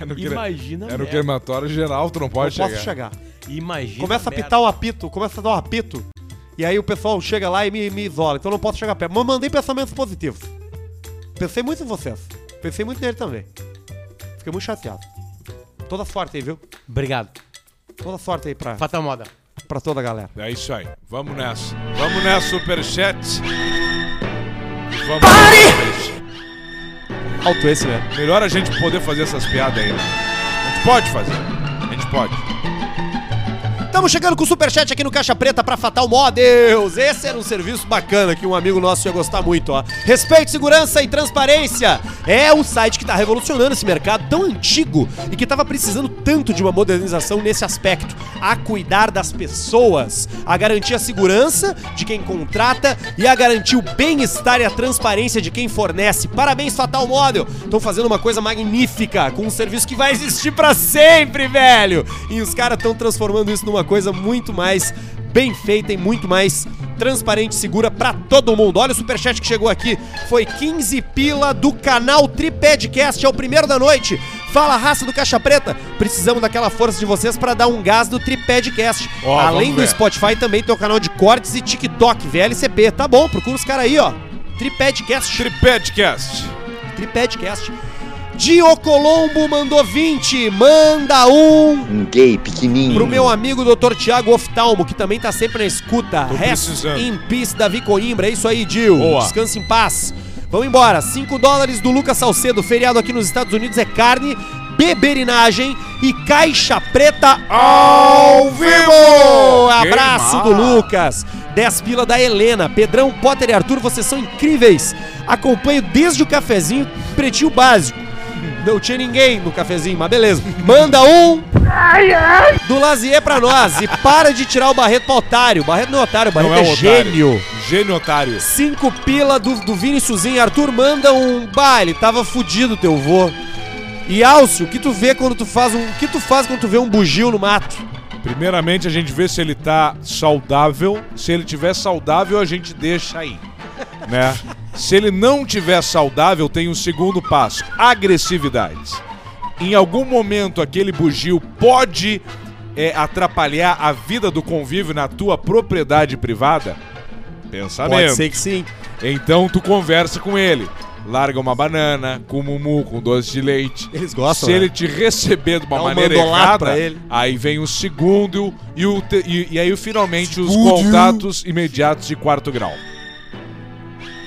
Era o cre- Imagina a Era o merda. crematório geral, tu não né? Não pode chegar. posso chegar. Imagina Começa a merda. pitar um apito, começa a dar um apito. E aí o pessoal chega lá e me, me isola. Então eu não posso chegar perto. Mas mandei pensamentos positivos. Pensei muito em vocês. Pensei muito nele também. Fiquei muito chateado. Toda sorte aí, viu? Obrigado. Toda sorte aí pra, Fata moda. pra toda a galera. É isso aí. Vamos nessa. Vamos nessa, Superchat. Vamos Pare! Alto esse, né? Melhor a gente poder fazer essas piadas aí. né? A gente pode fazer. A gente pode. Estamos chegando com o superchat aqui no Caixa Preta pra Fatal Models. Esse era um serviço bacana que um amigo nosso ia gostar muito, ó. Respeito, segurança e transparência. É o site que tá revolucionando esse mercado tão antigo e que tava precisando tanto de uma modernização nesse aspecto. A cuidar das pessoas, a garantir a segurança de quem contrata e a garantir o bem-estar e a transparência de quem fornece. Parabéns, Fatal Model. Estão fazendo uma coisa magnífica com um serviço que vai existir pra sempre, velho. E os caras estão transformando isso numa coisa muito mais bem feita e muito mais transparente e segura pra todo mundo. Olha o superchat que chegou aqui. Foi 15 pila do canal Tripedcast, é o primeiro da noite. Fala, raça do Caixa Preta. Precisamos daquela força de vocês pra dar um gás do Tripedcast. Ó, vamos Além do ver. Spotify, também tem o canal de cortes e TikTok, VLCP. Tá bom, procura os caras aí, ó. Tripedcast. Tripedcast. Tripedcast. Dio Colombo mandou 20, manda um Um gay pequenininho. pro meu amigo Dr. Tiago Oftalmo, que também tá sempre na escuta. Tô Rest precisando. in peace, Davi Coimbra. É isso aí, Dio. Boa. Descanse em paz. Vamos embora. 5 dólares do Lucas Salcedo. Feriado aqui nos Estados Unidos é carne, beberinagem e caixa preta ao vivo. Abraço do Lucas. 10 pila da Helena. Pedrão, Potter e Arthur, vocês são incríveis. Acompanho desde o cafezinho pretinho básico. Não tinha ninguém no cafezinho, mas beleza. Manda um do Lazier pra nós. E para de tirar o Barreto pra otário. Barreto não é otário, Barreto Não é é, um otário. gênio. Gênio otário. Cinco pila do, do Vini Suzinho. Arthur, manda um baile. Tava fudido teu vô. E Alcio, o que tu vê quando tu faz um. O que tu faz quando tu vê um bugio no mato? Primeiramente, a gente vê se ele tá saudável. Se ele tiver saudável, a gente deixa aí. Né? Se ele não tiver saudável, tem um segundo passo: agressividade. Em algum momento, aquele bugio pode é, atrapalhar a vida do convívio na tua propriedade privada? Pensamento. Pode ser que sim. Então tu conversa com ele. Larga uma banana, com mumu, com doce de leite. Eles gostam, Se né? ele te receber de uma Dá um maneira mandolá errada, pra ele. aí vem o segundo e, o te- e, e aí finalmente Segundo. os contatos imediatos de quarto grau.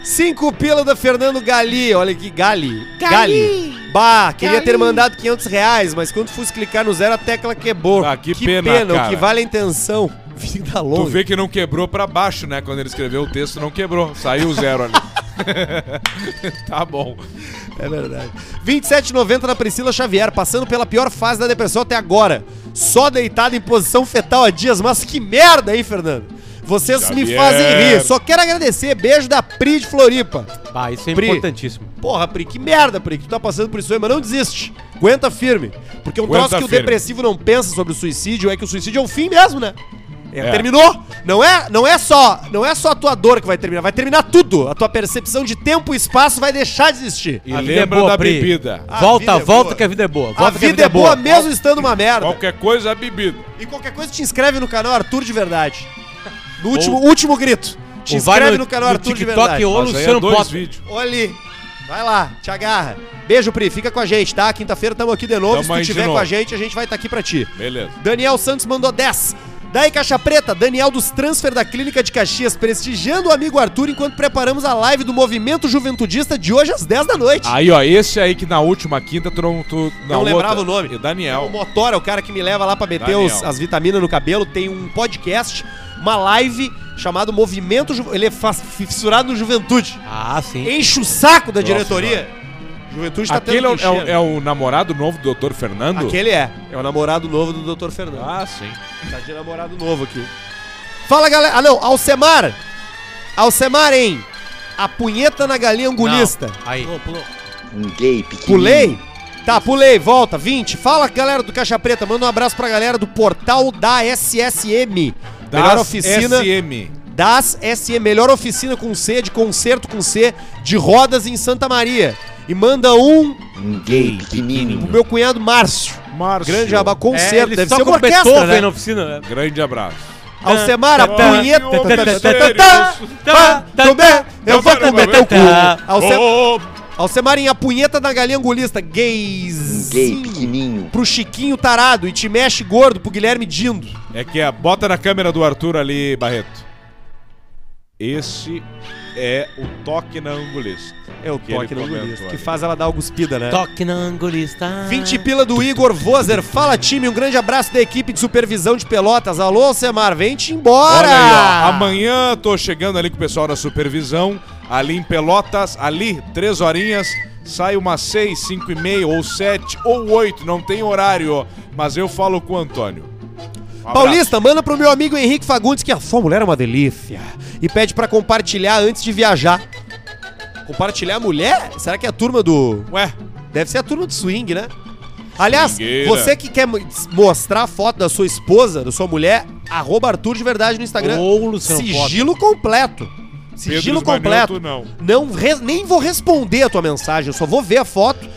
Cinco pila da Fernando Gali. Olha aqui, Gali. Gali. Bah, queria ter mandado 500 reais, mas quando fosse clicar no zero, a tecla quebrou. Ah, que pena, o cara. que vale é a intenção. Vida Tu longa. vê que não quebrou pra baixo, né? Quando ele escreveu o texto, não quebrou. Saiu zero ali. tá bom. É verdade. 27,90 na Priscila Xavier, passando pela pior fase da depressão até agora. Só deitada em posição fetal há dias. Mas que merda, hein, Fernando? Vocês me Xavier. fazem rir. Só quero agradecer. Beijo da Pri de Floripa. Bah, isso é Pri. importantíssimo. Porra, Pri, que merda, Pri, que tu tá passando por isso aí, mas não desiste. Aguenta firme. Porque um Aguenta troço que o firme. depressivo não pensa sobre o suicídio é que o suicídio é o fim mesmo, né? É, É. Terminou. Não é, não é só, não é só a tua dor que vai terminar, vai terminar tudo. A tua percepção de tempo e espaço vai deixar de existir. E A vida é lembra boa, da Pri. bebida. A volta, vida é volta boa. que a vida é boa. A Volta que vida é boa mesmo estando uma merda. Qualquer coisa, a bebida. E qualquer coisa te inscreve no canal Arthur de Verdade. No último, último grito. Te Ou vai inscreve no, canal Arthur de Verdade. TikTok ou Mas aí é Luciano dois Potter. vídeos. Olha ali. Vai lá, te agarra. Beijo, Pri. Fica com a gente, tá? Quinta-feira tamo aqui de novo. Tamo Se tu aí de tiver com novo. a gente, a gente vai estar aqui pra ti. Beleza. Daniel Santos mandou 10. Daí Caixa Preta, Daniel dos Transfer da Clínica de Caxias, prestigiando o amigo Arthur enquanto preparamos a live do Movimento Juventudista de hoje às 10 da noite. Aí, ó, esse aí que na última quinta tu não. Tu, na Não lembrava outra- o nome. É O Daniel. Motora, o cara que me leva lá pra meter Daniel. os- as vitaminas no cabelo, tem um podcast, uma live chamado Movimento Ju... Ele é fa- fissurado no Juventude. Ah, sim. Enche o saco da diretoria. Juventude tá Aquele é o, tendo é o- lixeira. é o namorado novo do Dr. Fernando? Aquele é. É o namorado novo do Dr. Fernando. Ah, sim. Tá de namorado novo aqui. Fala, galera. Ah, não. Alcemar. Alcemar, hein? A punheta na galinha angulista. Não. Aí. Um gay pequenininho. Pulei? Tá, pulei, volta, 20. Fala, galera do Caixa Preta, manda um abraço pra galera do portal da SSM. melhor Das oficina SM. das SM, melhor oficina com C, de concerto com C, de rodas em Santa Maria. E manda um Um gay pequenininho. pro meu cunhado Márcio. Um Márcio. Grande aba, É, concerto, ele deve só ser uma com orquestra, Beethoven né? na oficina. né? Grande abraço. Alcemar, a Tá, punheta. tá, tá, tá, tá, tá, tá, tá, tá, Eu vou comer teu cu. Alce- Ô, Alcemarinha, a punheta da galinha angulista, gays. Um gay pequenininho. Pro Chiquinho Tarado e te mexe gordo pro Guilherme Dindo. É que é, bota na câmera do Arthur ali, Barreto. Esse é o toque na angulista. É o Que ele toque no comentou angulista, que ali. faz ela dar uma cuspida, né? Toque na angulista. 20 pila do Igor Vozer. Fala, time. Um grande abraço da equipe de supervisão de pelotas. Alô, Alcemar, vem-te embora. Olha aí, ó. Amanhã tô chegando ali com o pessoal da supervisão, ali em Pelotas, ali, três horinhas. Sai umas seis, cinco e meia, ou sete, ou oito, não tem horário, mas eu falo com o Antônio. Um abraço. Paulista, manda pro meu amigo Henrique Fagundes que a sua mulher é uma delícia. E pede pra compartilhar antes de viajar. Compartilhar a mulher? Será que é a turma do. Ué, Deve ser a turma do swing, né? Aliás, Swingueira. você que quer mo- mostrar a foto da sua esposa, da sua mulher, arroba Arthur de Verdade no Instagram. Ou Luciano Potter. Sigilo completo. Sigilo Pedro completo. Esmanioto, não. Não re- nem vou responder a tua mensagem, eu só vou ver a foto,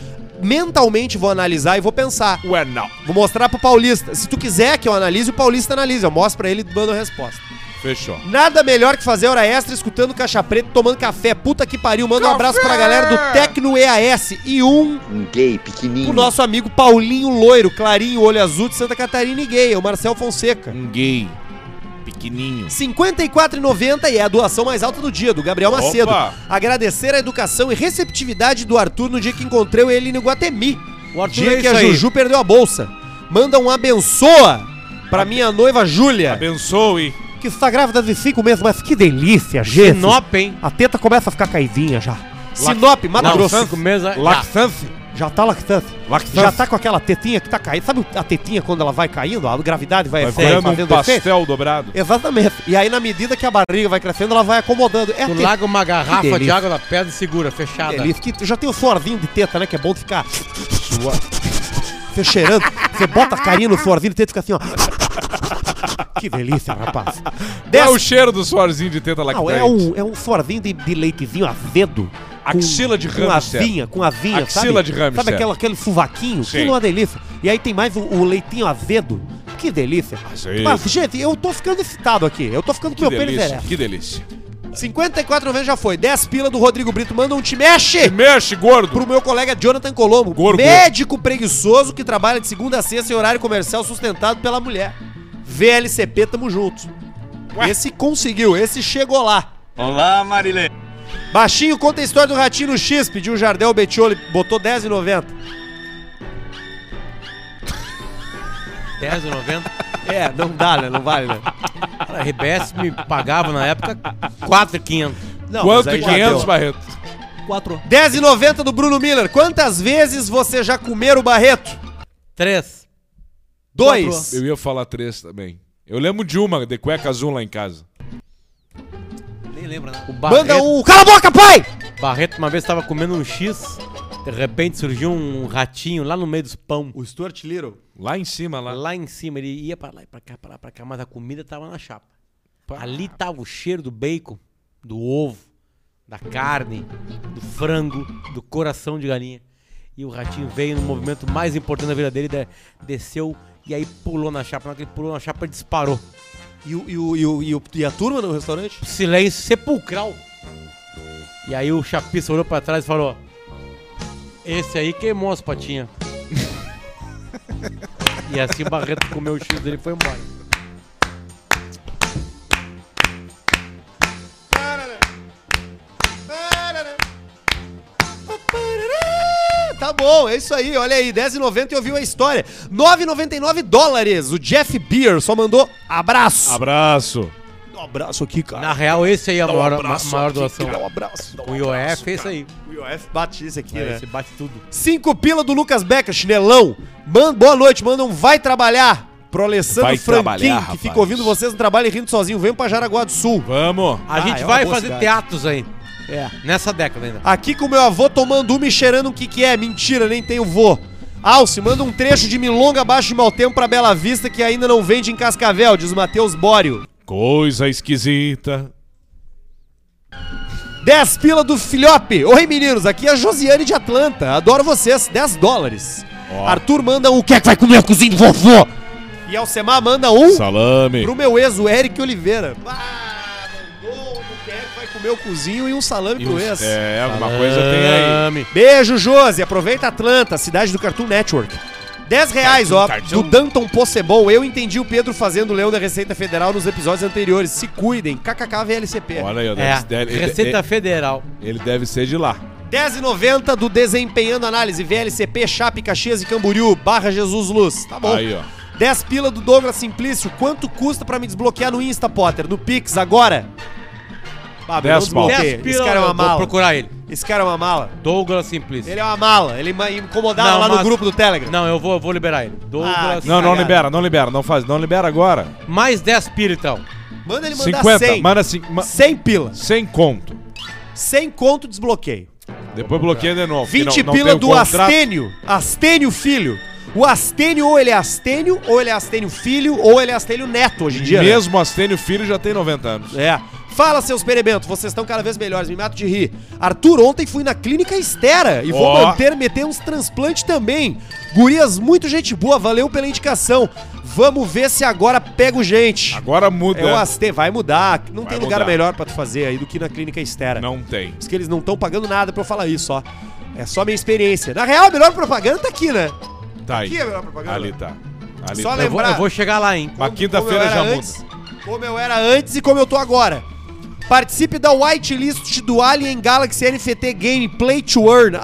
mentalmente vou analisar e vou pensar. Ué, não. Vou mostrar pro Paulista. Se tu quiser que eu analise, o Paulista analisa. Eu mostro pra ele e mando a resposta. Fechou. Nada melhor que fazer hora extra escutando Caixa Preta e tomando café. Puta que pariu. Manda um abraço pra galera do Tecno EAS e um Um gay pequenininho. o nosso amigo Paulinho Loiro, clarinho, olho azul de Santa Catarina e gay, é o Marcel Fonseca. Um gay. Pequenininho. R$ 54,90 e é a doação mais alta do dia, do Gabriel Opa! Macedo. Agradecer a educação e receptividade do Arthur no dia que encontrei ele no Guatemi. O Arthur dia é que isso a aí. Juju perdeu a bolsa. Manda um abençoa pra minha noiva Júlia, Abençoe. que está grávida de cinco meses, mas que delícia, gente. Sinop, hein? A teta começa a ficar caidinha já. Sinop, Mato Não, Grosso. cinco meses. ah, Lactante. Já tá lactante. Lactante. Já tá com aquela tetinha que tá caindo. Sabe a tetinha quando ela vai caindo? A gravidade vai, Vai vai virando um É fazendo efeito? pastel dobrado. Exatamente. E aí, na medida que a barriga vai crescendo, ela vai acomodando. É a Tu teta. larga uma garrafa de delícia. água da pedra e segura, fechada. Delícia, que já tem o suorzinho de teta, né? Que é bom de ficar. Você cheirando. Você bota a carinha no suorzinho de teta e fica assim, ó. Que delícia, rapaz. Qual é Desce. o cheiro do suorzinho de teta lactante? Não, é um, é um suorzinho de, de leitezinho azedo. com- Axila de Com hamster. asinha, com asinha, sabe? Axila de hamster. Sabe aquela, aquele suvaquinho? Sim. Aquilo é uma delícia. E aí tem mais o, o leitinho azedo. Que delícia. Azedo. Mas, gente, eu tô ficando excitado aqui. Eu tô ficando com Que meu pênis delícia, ereto. que delícia. 54,90 já foi. 10 pila do Rodrigo Brito. Manda um te mexe Mexe, gordo! pro meu colega Jonathan Colombo. Gordo. Médico preguiçoso que trabalha de segunda a sexta em horário comercial sustentado pela mulher. VLCP, tamo junto. Esse conseguiu, esse chegou lá. Olá, Marilê. Baixinho conta a história do Ratinho no X, pediu o Jardel Betioli, botou 10,90. 10,90. É, não dá, né? Não vale, né? Cara, a RBS me pagava na época 4,500. Não, Quanto? mas aí já 500, deu. Barreto? 10,90 do Bruno Miller. Quantas vezes você já comeu o Barreto? 3. Dois. Eu ia falar três também. Eu lembro de uma, de cueca azul lá em casa. Nem lembra, né? O Manda Barreto, um. Cala a boca, pai! Barreto uma vez tava comendo um X, de repente surgiu um ratinho lá no meio dos pão. O Stuart Little. Lá em cima, lá. Lá em cima, ele ia pra lá e pra cá, pra lá, pra cá, mas a comida tava na chapa. Ali tava o cheiro do bacon, do ovo, da carne, do frango, do coração de galinha. E o ratinho veio no movimento mais importante da vida dele, de- desceu e aí pulou na chapa. Na hora que ele pulou na chapa, ele disparou. E, o- e, o- e, o- e, o- e a turma no restaurante? Silêncio sepulcral. E aí o chapista olhou pra trás e falou: Esse aí queimou as patinhas. e assim o Barreto comeu o X dele e foi embora. Tá bom, é isso aí. Olha aí, 10,90 e um, ouviu a história. 9,99 dólares. O Jeff Beer só mandou abraço. Abraço. Um abraço aqui, cara. Na real, esse aí é a um maior, abraço ma- maior aqui, doação. cara, Um abraço. dá um O IOF é isso aí. É. O IOF bate isso aqui, né? Esse bate tudo. Cinco pila do Lucas Becker, chinelão. Man, boa noite, manda um vai trabalhar pro Alessandro Vai Franquin, trabalhar, que rapaz. fica ouvindo vocês no trabalho e rindo sozinho. Vem pra Jaraguá do Sul. Vamos. A Ah, gente é uma vai boa fazer cidade. teatros aí. É. Nessa década ainda. Aqui com meu avô tomando uma e cheirando o que que é. Mentira, nem tenho vô. Alce, manda um trecho de Milonga abaixo de mau tempo pra Bela Vista que ainda não vende em Cascavel, diz Matheus Bório. Coisa esquisita. 10 pila do Filhope. Oi, meninos, aqui é a Josiane de Atlanta. Adoro vocês. 10 dólares. Arthur manda um. O que é que vai comer a cozinha do vovô? E Alcemar manda um. Salame. Pro meu ex, o Eric Oliveira. Ah, mandou um boteco, vai comer o cozinho e um salame pro ex. É, alguma coisa tem aí. Ame. Beijo, Josi. Aproveita Atlanta, cidade do Cartoon Network. 10 reais, ó, Cartoon. do Danton Possebon. Eu entendi o Pedro fazendo o leão da Receita Federal nos episódios anteriores. Se cuidem. KKK VLCP. Olha aí, ó, É, deve- deve- Receita ele- Federal. ele deve ser de lá. 10,90 do Desempenhando Análise. VLCP, Chape, Caxias e Camboriú. Barra Jesus Luz. Tá bom. Aí, ó. 10 pila do Douglas Simplício. Quanto custa pra me desbloquear no Insta, Potter? No Pix, agora? Ah, meu, 10 não pau. desbloqueia. Esse cara é uma eu vou mala. procurar ele. Esse cara é uma mala. Douglas Simplício. Ele é uma mala. Ele me incomodava Não, lá no mas- grupo do Telegram. Não, eu vou, eu vou liberar ele. Ah, Douglas. que Não, não cagada. libera, não libera, não faz, não libera agora. Mais 10 pira, então. Manda ele mandar 50, 100. manda assim, ma- 100 pila. sem conto. 100 conto desbloqueio. Depois bloqueia de novo. que 20 não- não pila tem o do contrato. Astênio. Astênio Filho. O Astênio ou ele é Astênio, ou ele é Astênio Filho, ou ele é Astênio Neto hoje em dia. né? Mesmo Astênio Filho já tem 90 anos. É. Fala, seus perebentos, vocês estão cada vez melhores, me mato de rir. Arthur, ontem fui na clínica Estera e vou Ó. manter, meter uns transplantes também. Gurias, muito gente boa, valeu pela indicação. Vamos ver se agora pego gente. Agora muda. É o Astê, vai mudar. Não Vai tem lugar mudar. melhor pra tu fazer aí do que na clínica Estera. Não tem. Diz que eles não estão pagando nada pra eu falar isso, ó. É só minha experiência. Na real, a melhor propaganda tá aqui, né? Tá aí. Aqui é a melhor propaganda. Ali tá. Ali Só tá. Eu vou, Lembrar- eu vou chegar lá, hein? Mas quinta-feira como eu já era muda. antes, Como eu era antes e como eu tô agora. Participe da whitelist do Alien Galaxy NFT Game Play to Earn,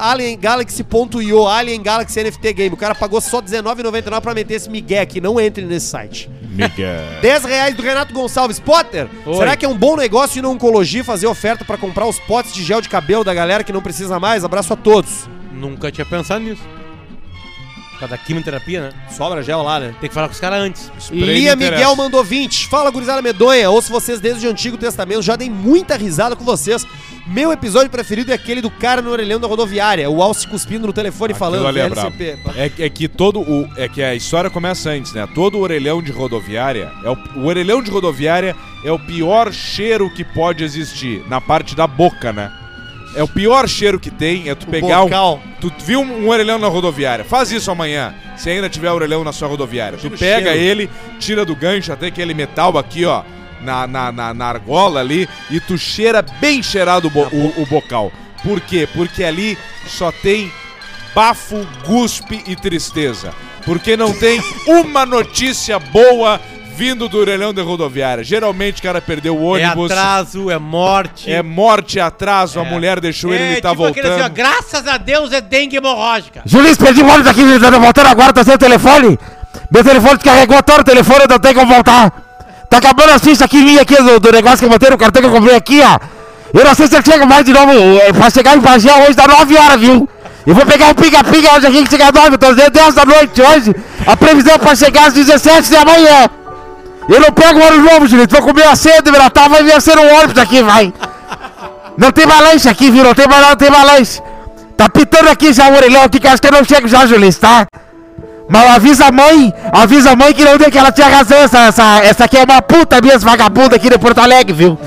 aliengalaxy.io, Alien Galaxy NFT Game. O cara pagou só R$19,99 pra meter esse migué aqui. Não entre nesse site. Miguel. 10 reais do Renato Gonçalves. Potter, Oi. será que é um bom negócio ir na oncologia fazer oferta pra comprar os potes de gel de cabelo da galera que não precisa mais? Abraço a todos. Nunca tinha pensado nisso. Por causa da quimioterapia, né? Sobra gel lá, né? Tem que falar com os caras antes. Spray Lia me interessa. Miguel mandou 20. Fala, gurizada medonha. Ouço vocês desde o Antigo Testamento. Já dei muita risada com vocês. Meu episódio preferido é aquele do cara no orelhão da rodoviária. O Alce cuspindo no telefone Aquilo falando ali é VLCP. brabo. É, é que todo o é que a história começa antes, né? Todo orelhão de rodoviária é o, o orelhão de rodoviária é o pior cheiro que pode existir na parte da boca, né? É o pior cheiro que tem é tu pegar um bocal. tu viu um orelhão na rodoviária. Faz isso amanhã, se ainda tiver orelhão na sua rodoviária. Tu o pega cheiro. ele, tira do gancho até aquele metal aqui, ó. na, na, na, na argola ali e tu cheira bem cheirado o, bo- o, o bocal. Por quê? Porque ali só tem bafo, guspe e tristeza. Porque não tem uma notícia boa vindo do orelhão de rodoviária. Geralmente o cara perdeu o É ônibus. atraso, é morte. É morte, atraso, a mulher deixou ele, ele tá É. tipo aquele assim, voltando. ó, graças a Deus é dengue hemorrágica. Juiz, perdi o ônibus aqui, tá voltando agora, tá sem o telefone. Meu telefone descarregou a o telefone, eu não tenho como voltar. Tá acabando a ficha aqui minha aqui do, do negócio que eu botei no cartão que eu comprei aqui, ó. Eu não sei se eu chego mais de novo. eh, Pra chegar em Bagé hoje dá 9 horas, viu? Eu vou pegar um pica-pica hoje aqui que chega às 9, tô dizendo 10 da noite hoje. A previsão é pra chegar às 17 da manhã. Eu não pego o ônibus novo, Juiz. Vou comer a cedo, meu Natal vai vencer o ônibus aqui, vai. Não tem balanço aqui, viu? Não tem balanço, não tem balanço. Tá pitando aqui já o orelhão aqui, que eu acho que eu não chego já, Julis, tá? Mas avisa a mãe, avisa a mãe que não deu que ela tinha razão, essa, essa, essa aqui é uma puta minha, essa vagabunda aqui de Porto Alegre, viu?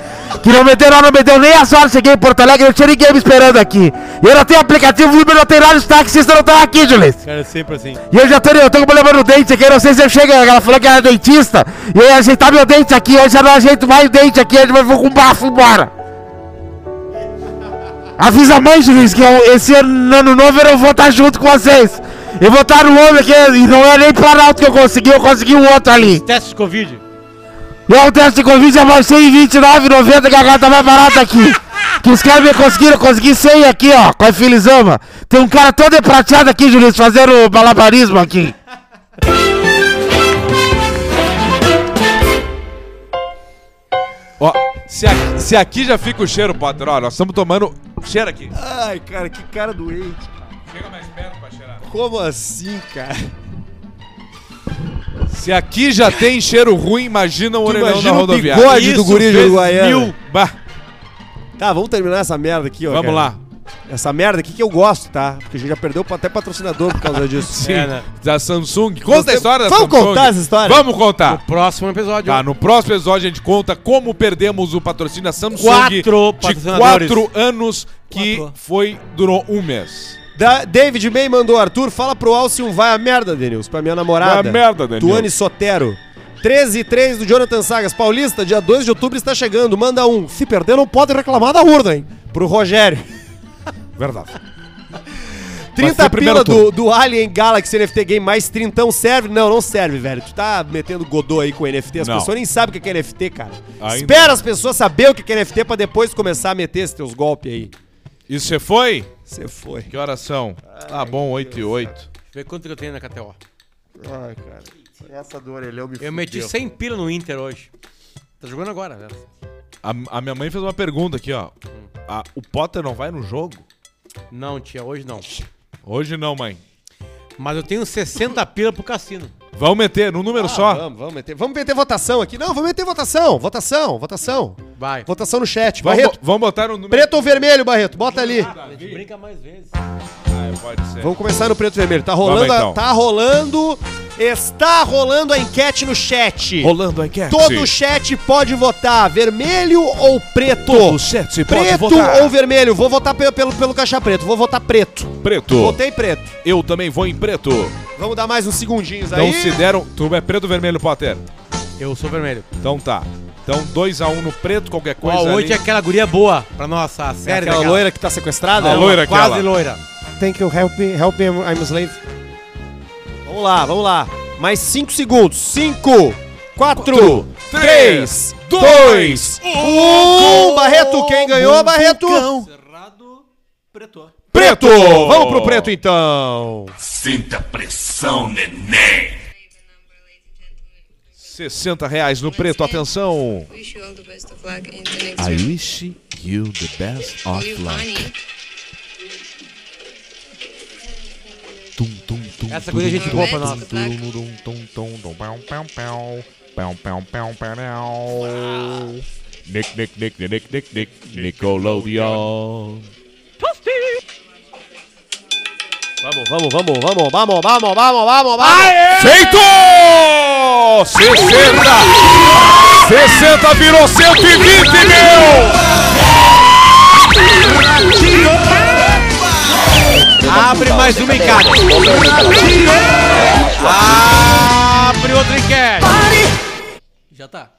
Que não me deu, não, não me deu nem as horas, cheguei em Porto Alegre, não tinha ninguém me esperando aqui. E eu não tenho aplicativo Uber, não tenho nada de taxista, não tá aqui, Julis. Cara, é sempre assim. E eu já tô, eu tô com problema no dente aqui, eu não sei se eu chego. Ela falou que era dentista. E eu ia ajeitar meu dente aqui, hoje eu não ajeito mais o dente aqui, hoje eu vou com bafo embora. Avisa a mãe, juiz, que eu- esse ano, ano novo eu não vou estar junto com vocês. Eu vou estar no ombro aqui, e não é nem Planalto que eu consegui, eu consegui um outro ali. Teste de Covid. E o teste de Covid é mais 129,90 que agora tá mais barato aqui. Que os caras me conseguiram, eu consegui 100 aqui, ó, com a Filizama. Tem um cara todo prateado aqui, Julinho, fazendo malabarismo aqui. Ó, se aqui, se aqui já fica o cheiro, patrão, ó, nós estamos tomando. Cheira aqui. Ai, cara, que cara doente. Chega mais perto pra cheirar. Como assim, cara? Se aqui já tem cheiro ruim, imagina o orelhão da imagina o rodoviária. bigode do guri vezes uruguaiano. mil. Bah, Tá, vamos terminar essa merda aqui, ó. vamos cara. lá. Essa merda aqui que eu gosto, tá? Porque a gente já perdeu até patrocinador por causa disso. Sim, É, né? da Samsung. Conta a história da Vamos Samsung. contar essa história? Vamos contar. Próximo episódio. Tá, no próximo episódio a gente conta como perdemos o patrocínio da Samsung Quatro de patrocinadores. quatro anos que Quatro. foi durou um mês. Da- David May mandou, Arthur, fala pro Alcium, vai a merda, Denilson, pra minha namorada. Vai a Tá merda, Denilson. Tuane Sotero. 13 e 3 do Jonathan Sagas, Paulista, dia 2 de outubro está chegando, manda um. Se perder, não pode reclamar da urna, hein? Pro Rogério. Verdade. 30 ser primeiro pila do, do Alien Galaxy NFT Game mais trintão serve? Não, não serve, velho. Tu tá metendo godô aí com NFT, as Não. pessoas nem sabem o que é NFT, cara. Ainda. Espera as pessoas saber o que é NFT pra depois começar a meter esses teus golpes aí. E você foi? Você foi. Que horas são? Tá bom, 8 e 8. Vê quanto que eu tenho na KTO. Ai, cara. Essa é do orelhão me Eu meti 100 pila no Inter hoje. Tá jogando agora, né? A, a minha mãe fez uma pergunta aqui, ó. A- o Potter não vai no jogo? Não, tia, hoje não. Hoje não, mãe. Mas eu tenho 60 pila pro cassino. Vão meter num número Ah, só. Vamos, vamos meter. Vamos meter votação aqui. Não, vamos meter votação. Votação, votação. Vai. Votação no chat. Vamos, Barreto. bo- vamos botar no número. Preto ou vermelho, Barreto? Bota ali. A gente brinca mais vezes. Ah, pode ser. Vamos começar no preto e vermelho. Tá rolando, Vamos, a- então. tá rolando, está rolando a enquete no chat. Rolando a enquete. Todo o chat pode votar, vermelho ou preto? Todo chat pode preto votar. ou vermelho? Vou votar pe- pelo, pelo caixa preto, vou votar preto. preto. Votei preto. Eu também vou em preto. Vamos dar mais uns segundinhos Não Tá aí. se deram. Tu é preto ou vermelho, Potter? Eu sou vermelho. Então tá. Então 2x1 no preto, qualquer coisa. Ó, hoje ali. é aquela guria boa pra nós, a série Aquela daquela. loira que tá sequestrada? A loira Quase aquela. loira. Ah, Thank you, help me, help me, I'm a slave. Vamos lá, vamos lá. Mais 5 segundos. 5, 4, 3, três, 2, dois, 1. Barreto, quem ganhou, Barreto? Cerrado, preto. Preto! Vamos pro preto então. 60 reais no preto, atenção. Wish you all the best of luck in the next I wish you the best of luck. Essa guria é gente boa pra nós. Nick, Nick, Nick, Nick, Nick, Nick, Nickelodeon. Vamos, vamos, vamos, vamos, vamos, vamos, vamos, vamos, vamos. Feito! 60! 60 virou 120, meu! Abre mais uma enquete. Abre outra enquete. Já tá.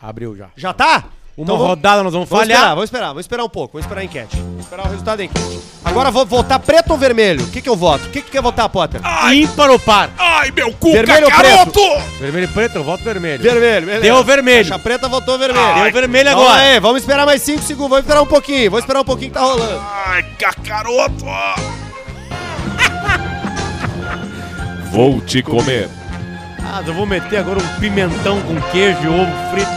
Abriu já. Já tá? Uma Então vamos- rodada nós vamos Vamos falhar. esperar, vamos esperar, vamos esperar um pouco, vamos esperar a enquete. Vamos esperar o resultado da enquete. Agora eu vou votar preto ou vermelho? O que, que eu voto? O que, que quer votar, Potter? Ímpar ou par? Ai, meu cu, Vermelho ou cacaroto! Vermelho e preto, eu voto vermelho. Vermelho, beleza. Deu vermelho. Caixa preta votou vermelho. Deu vermelho Vamos agora. aí, vamos esperar mais 5 segundos, vamos esperar um pouquinho, vamos esperar um pouquinho que tá rolando. Ai, cacaroto! Vou te comer. Ah, eu vou meter agora um pimentão com queijo e ovo frito.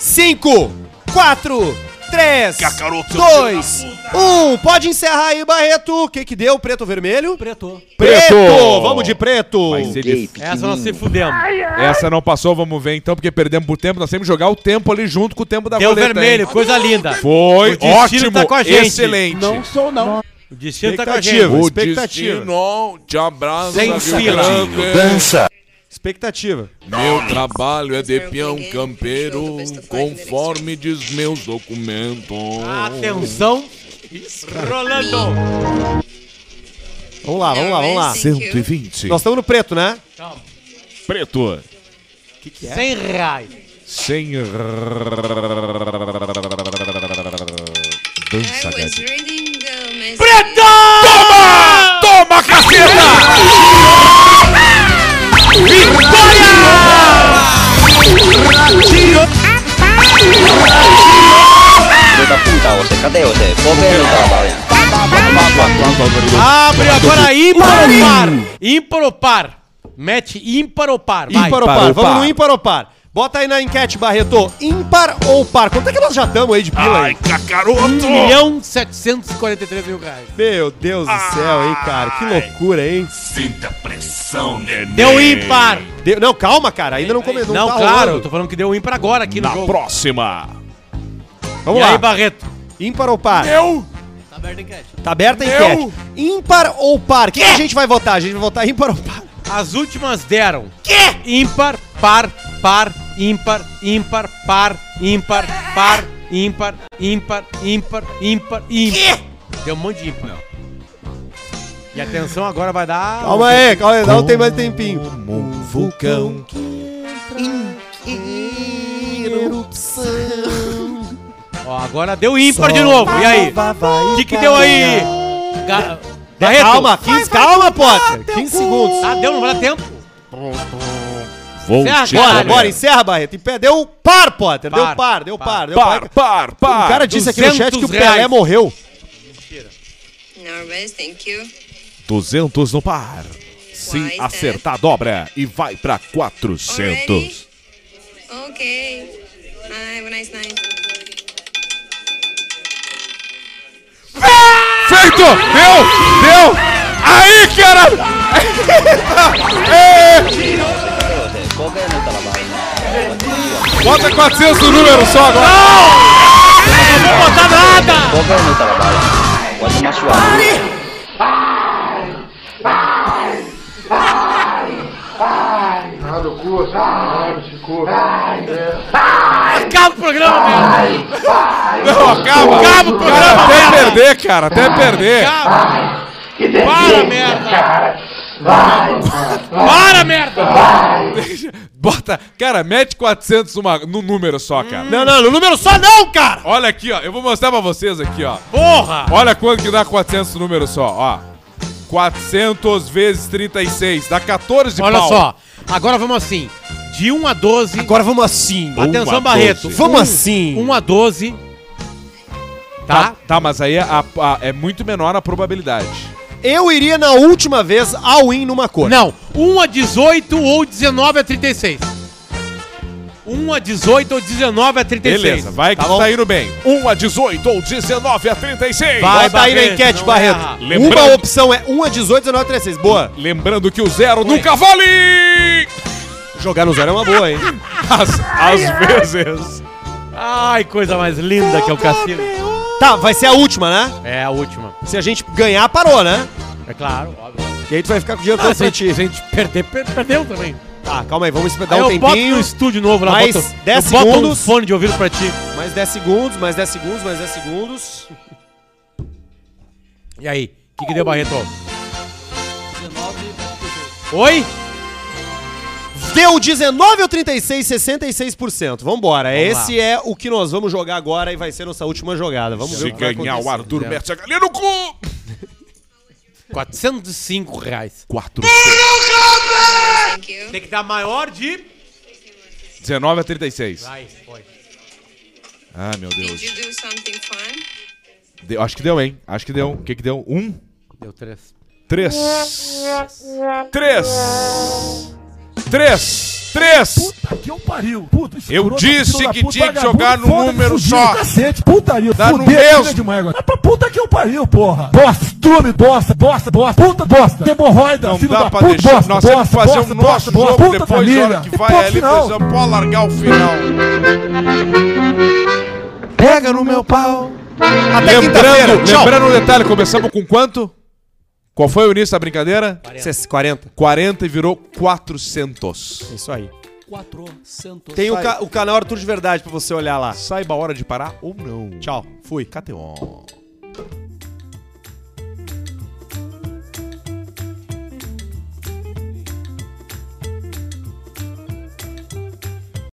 5, 4, 3, Cacaroto, seu 2, 1. Pode encerrar aí, Barreto. O que que deu? Preto ou vermelho? Preto. Preto! Preto! Vamos de preto. Vai ser Gay difícil. pequenininho. Essa é nós se fudemos. Essa não passou, vamos ver então, porque perdemos por tempo. Nós temos que jogar o tempo ali junto com o tempo da Deu roleta, vermelho, hein? coisa linda. Foi O destino ótimo, tá com a gente. excelente. Não sou, não. O destino tá com a Expectativa. gente. O Expectativa. destino te abraça, Sem viu, fila. grande? Expectativa. Meu trabalho é de peão campeiro, conforme diz meus documentos. Atenção. Rolando. Vamos lá, vamos lá, vamos lá. 120. Nós estamos no preto, né? Preto. 100 reais. Sem... Dança, Gatti. Preto! Toma, caceta! Filho da puta, você. Cadê você? Tô vendo o trabalho. Abre agora ímpar ou par? Ímpar ou par? Mete ímpar ou par? Vai. Ímpar ou par par? ou Vamos par. no ímpar ou par? Bota aí na enquete, Barreto. Ímpar ou par? Quanto é que nós já estamos aí de pila aí? Um milhão setecentos e quarenta e três mil reais. Meu Deus do céu, hein, cara? Que loucura, hein? Deu ímpar. Deu- Não, calma, cara. Ainda não começou. Não, tá claro. Eu rolando. tô falando que deu ímpar agora aqui no jogo. próxima. Vamos e lá. aí, Barreto? Ímpar ou par? Eu? Tá aberta a Eu? É. enquete. Ímpar ou par? O que a gente vai votar? A gente vai votar ímpar ou par? As últimas deram. Quê? Ímpar, par, par, ímpar, ímpar, par, ímpar, par, ímpar, ímpar, ímpar, ímpar, ímpar. Deu um monte de ímpar. E atenção, agora vai dar. Calma aí, calma aí. Não tem mais tempinho. Um vulcão. Ó, agora deu ímpar de novo. E aí? O que, que deu aí? Ga- Barreto? Calma, 15, calma, Potter. 15 segundos. Ah, deu, não vai dar tempo. Vou Serra, te cara. Bora, Olha. bora, encerra, Barreto. Em pé, deu par, Potter. Deu Par, par, deu par, par. deu par. Par, par, par. O cara disse aqui no chat que o 200 Pelé reais. morreu. 200 no par. Se Why, acertar, dobra e vai pra 400. Already? Ok. Bye, have a nice night. Feito! Deu! Deu! Aí, É! cara! Tô vendo o trabalho. Bota 400 no número só agora. Tô vendo o trabalho. Pode machucar. Acaba o programa, velho. Não, acaba. Acaba o programa. Até perder, cara. Até É. perder. Para, merda. Para, merda. Bota. Cara, mete 400 numa, num número só, Hum. cara. Não, não, no número só não, cara. Olha aqui, ó. Eu vou mostrar pra vocês aqui, ó. Porra. Olha quanto que dá 400 no número só, ó. 400 vezes 36. Dá 14 Olha pau. só, agora vamos assim. De 1 a 12. Agora vamos assim. atenção, a Barreto. 12. Vamos assim. 1 a 12. Tá, Tá? tá mas aí a- a- é muito menor a probabilidade. Eu iria na última vez ao in numa cor. Não, 1 a 18 ou 19 a 36. 1 a 18 ou 19 a 36. Beleza, vai que Tá tá, bom. indo bem. 1 a 18 ou 19 a 36. Vai, Bota aí na Barreto, enquete, não Barreto. erra. Lembrando- Uma opção é 1 a 18, 19 36. Boa. Lembrando que o zero nunca vale! Jogar no zero é uma boa, hein? Às, às vezes. Ai, coisa mais linda que é o cassino. Tá, vai ser a última, né? É a última. Se a gente ganhar, parou, né? É claro, óbvio. E aí tu vai ficar com o dinheiro Ah, todo se, pra a ti. gente, se a gente perder, per- perdeu também. Tá, calma aí, vamos esperar Aí um eu boto tempinho. no estúdio novo lá, Mais boto, 10 eu boto um segundos. fone de ouvido pra ti. Mais 10 segundos, mais 10 segundos, mais 10 segundos. E aí, o que, que deu, Barreto? 19. Oi? Deu 19 ou 36, 66%. Vambora. Esse é o que nós vamos jogar agora e vai ser nossa última jogada. Vamos ver Se o que né? vai ganhar o acontecer. Arthur mete a galinha no cu! 405 reais. Ah! Thank you. Tem que dar maior de. 19 a 36. Vai, foi. Ah, meu Did Deus. you do something fun? Deu- acho que deu, hein? Acho que deu. O que que deu? Um, Deu três. três. Três. Três. Três. Que eu pariu. Puta, esse Eu escroto, disse filho da que puta, tinha que vagabundo, jogar num foda-se, tá número fudido, só. Cacete, putaria. Dá no fuder, mesmo. filha de mãe agora. Mas É pra puta que eu pariu, porra. Bosta, estrume, bosta, bosta, bosta. Puta, bosta. Hemorroida, Não filho dá da pra puta, deixar. bosta, Nós temos que bosta, fazer bosta, o bosta, nosso bosta, jogo puta depois, a hora família. que vai ali, Ponto final. precisamos pode largar o final. Pega no meu pau. Até quinta-feira. Lembrando, Tchau. lembrando um detalhe, começamos com quanto? Qual foi o início da brincadeira? 40. 40 e virou 400. Isso aí. Tem o, ca- o canal Arthur de Verdade pra você olhar lá. Saiba a hora de parar ou não. Tchau. Fui. Cateon.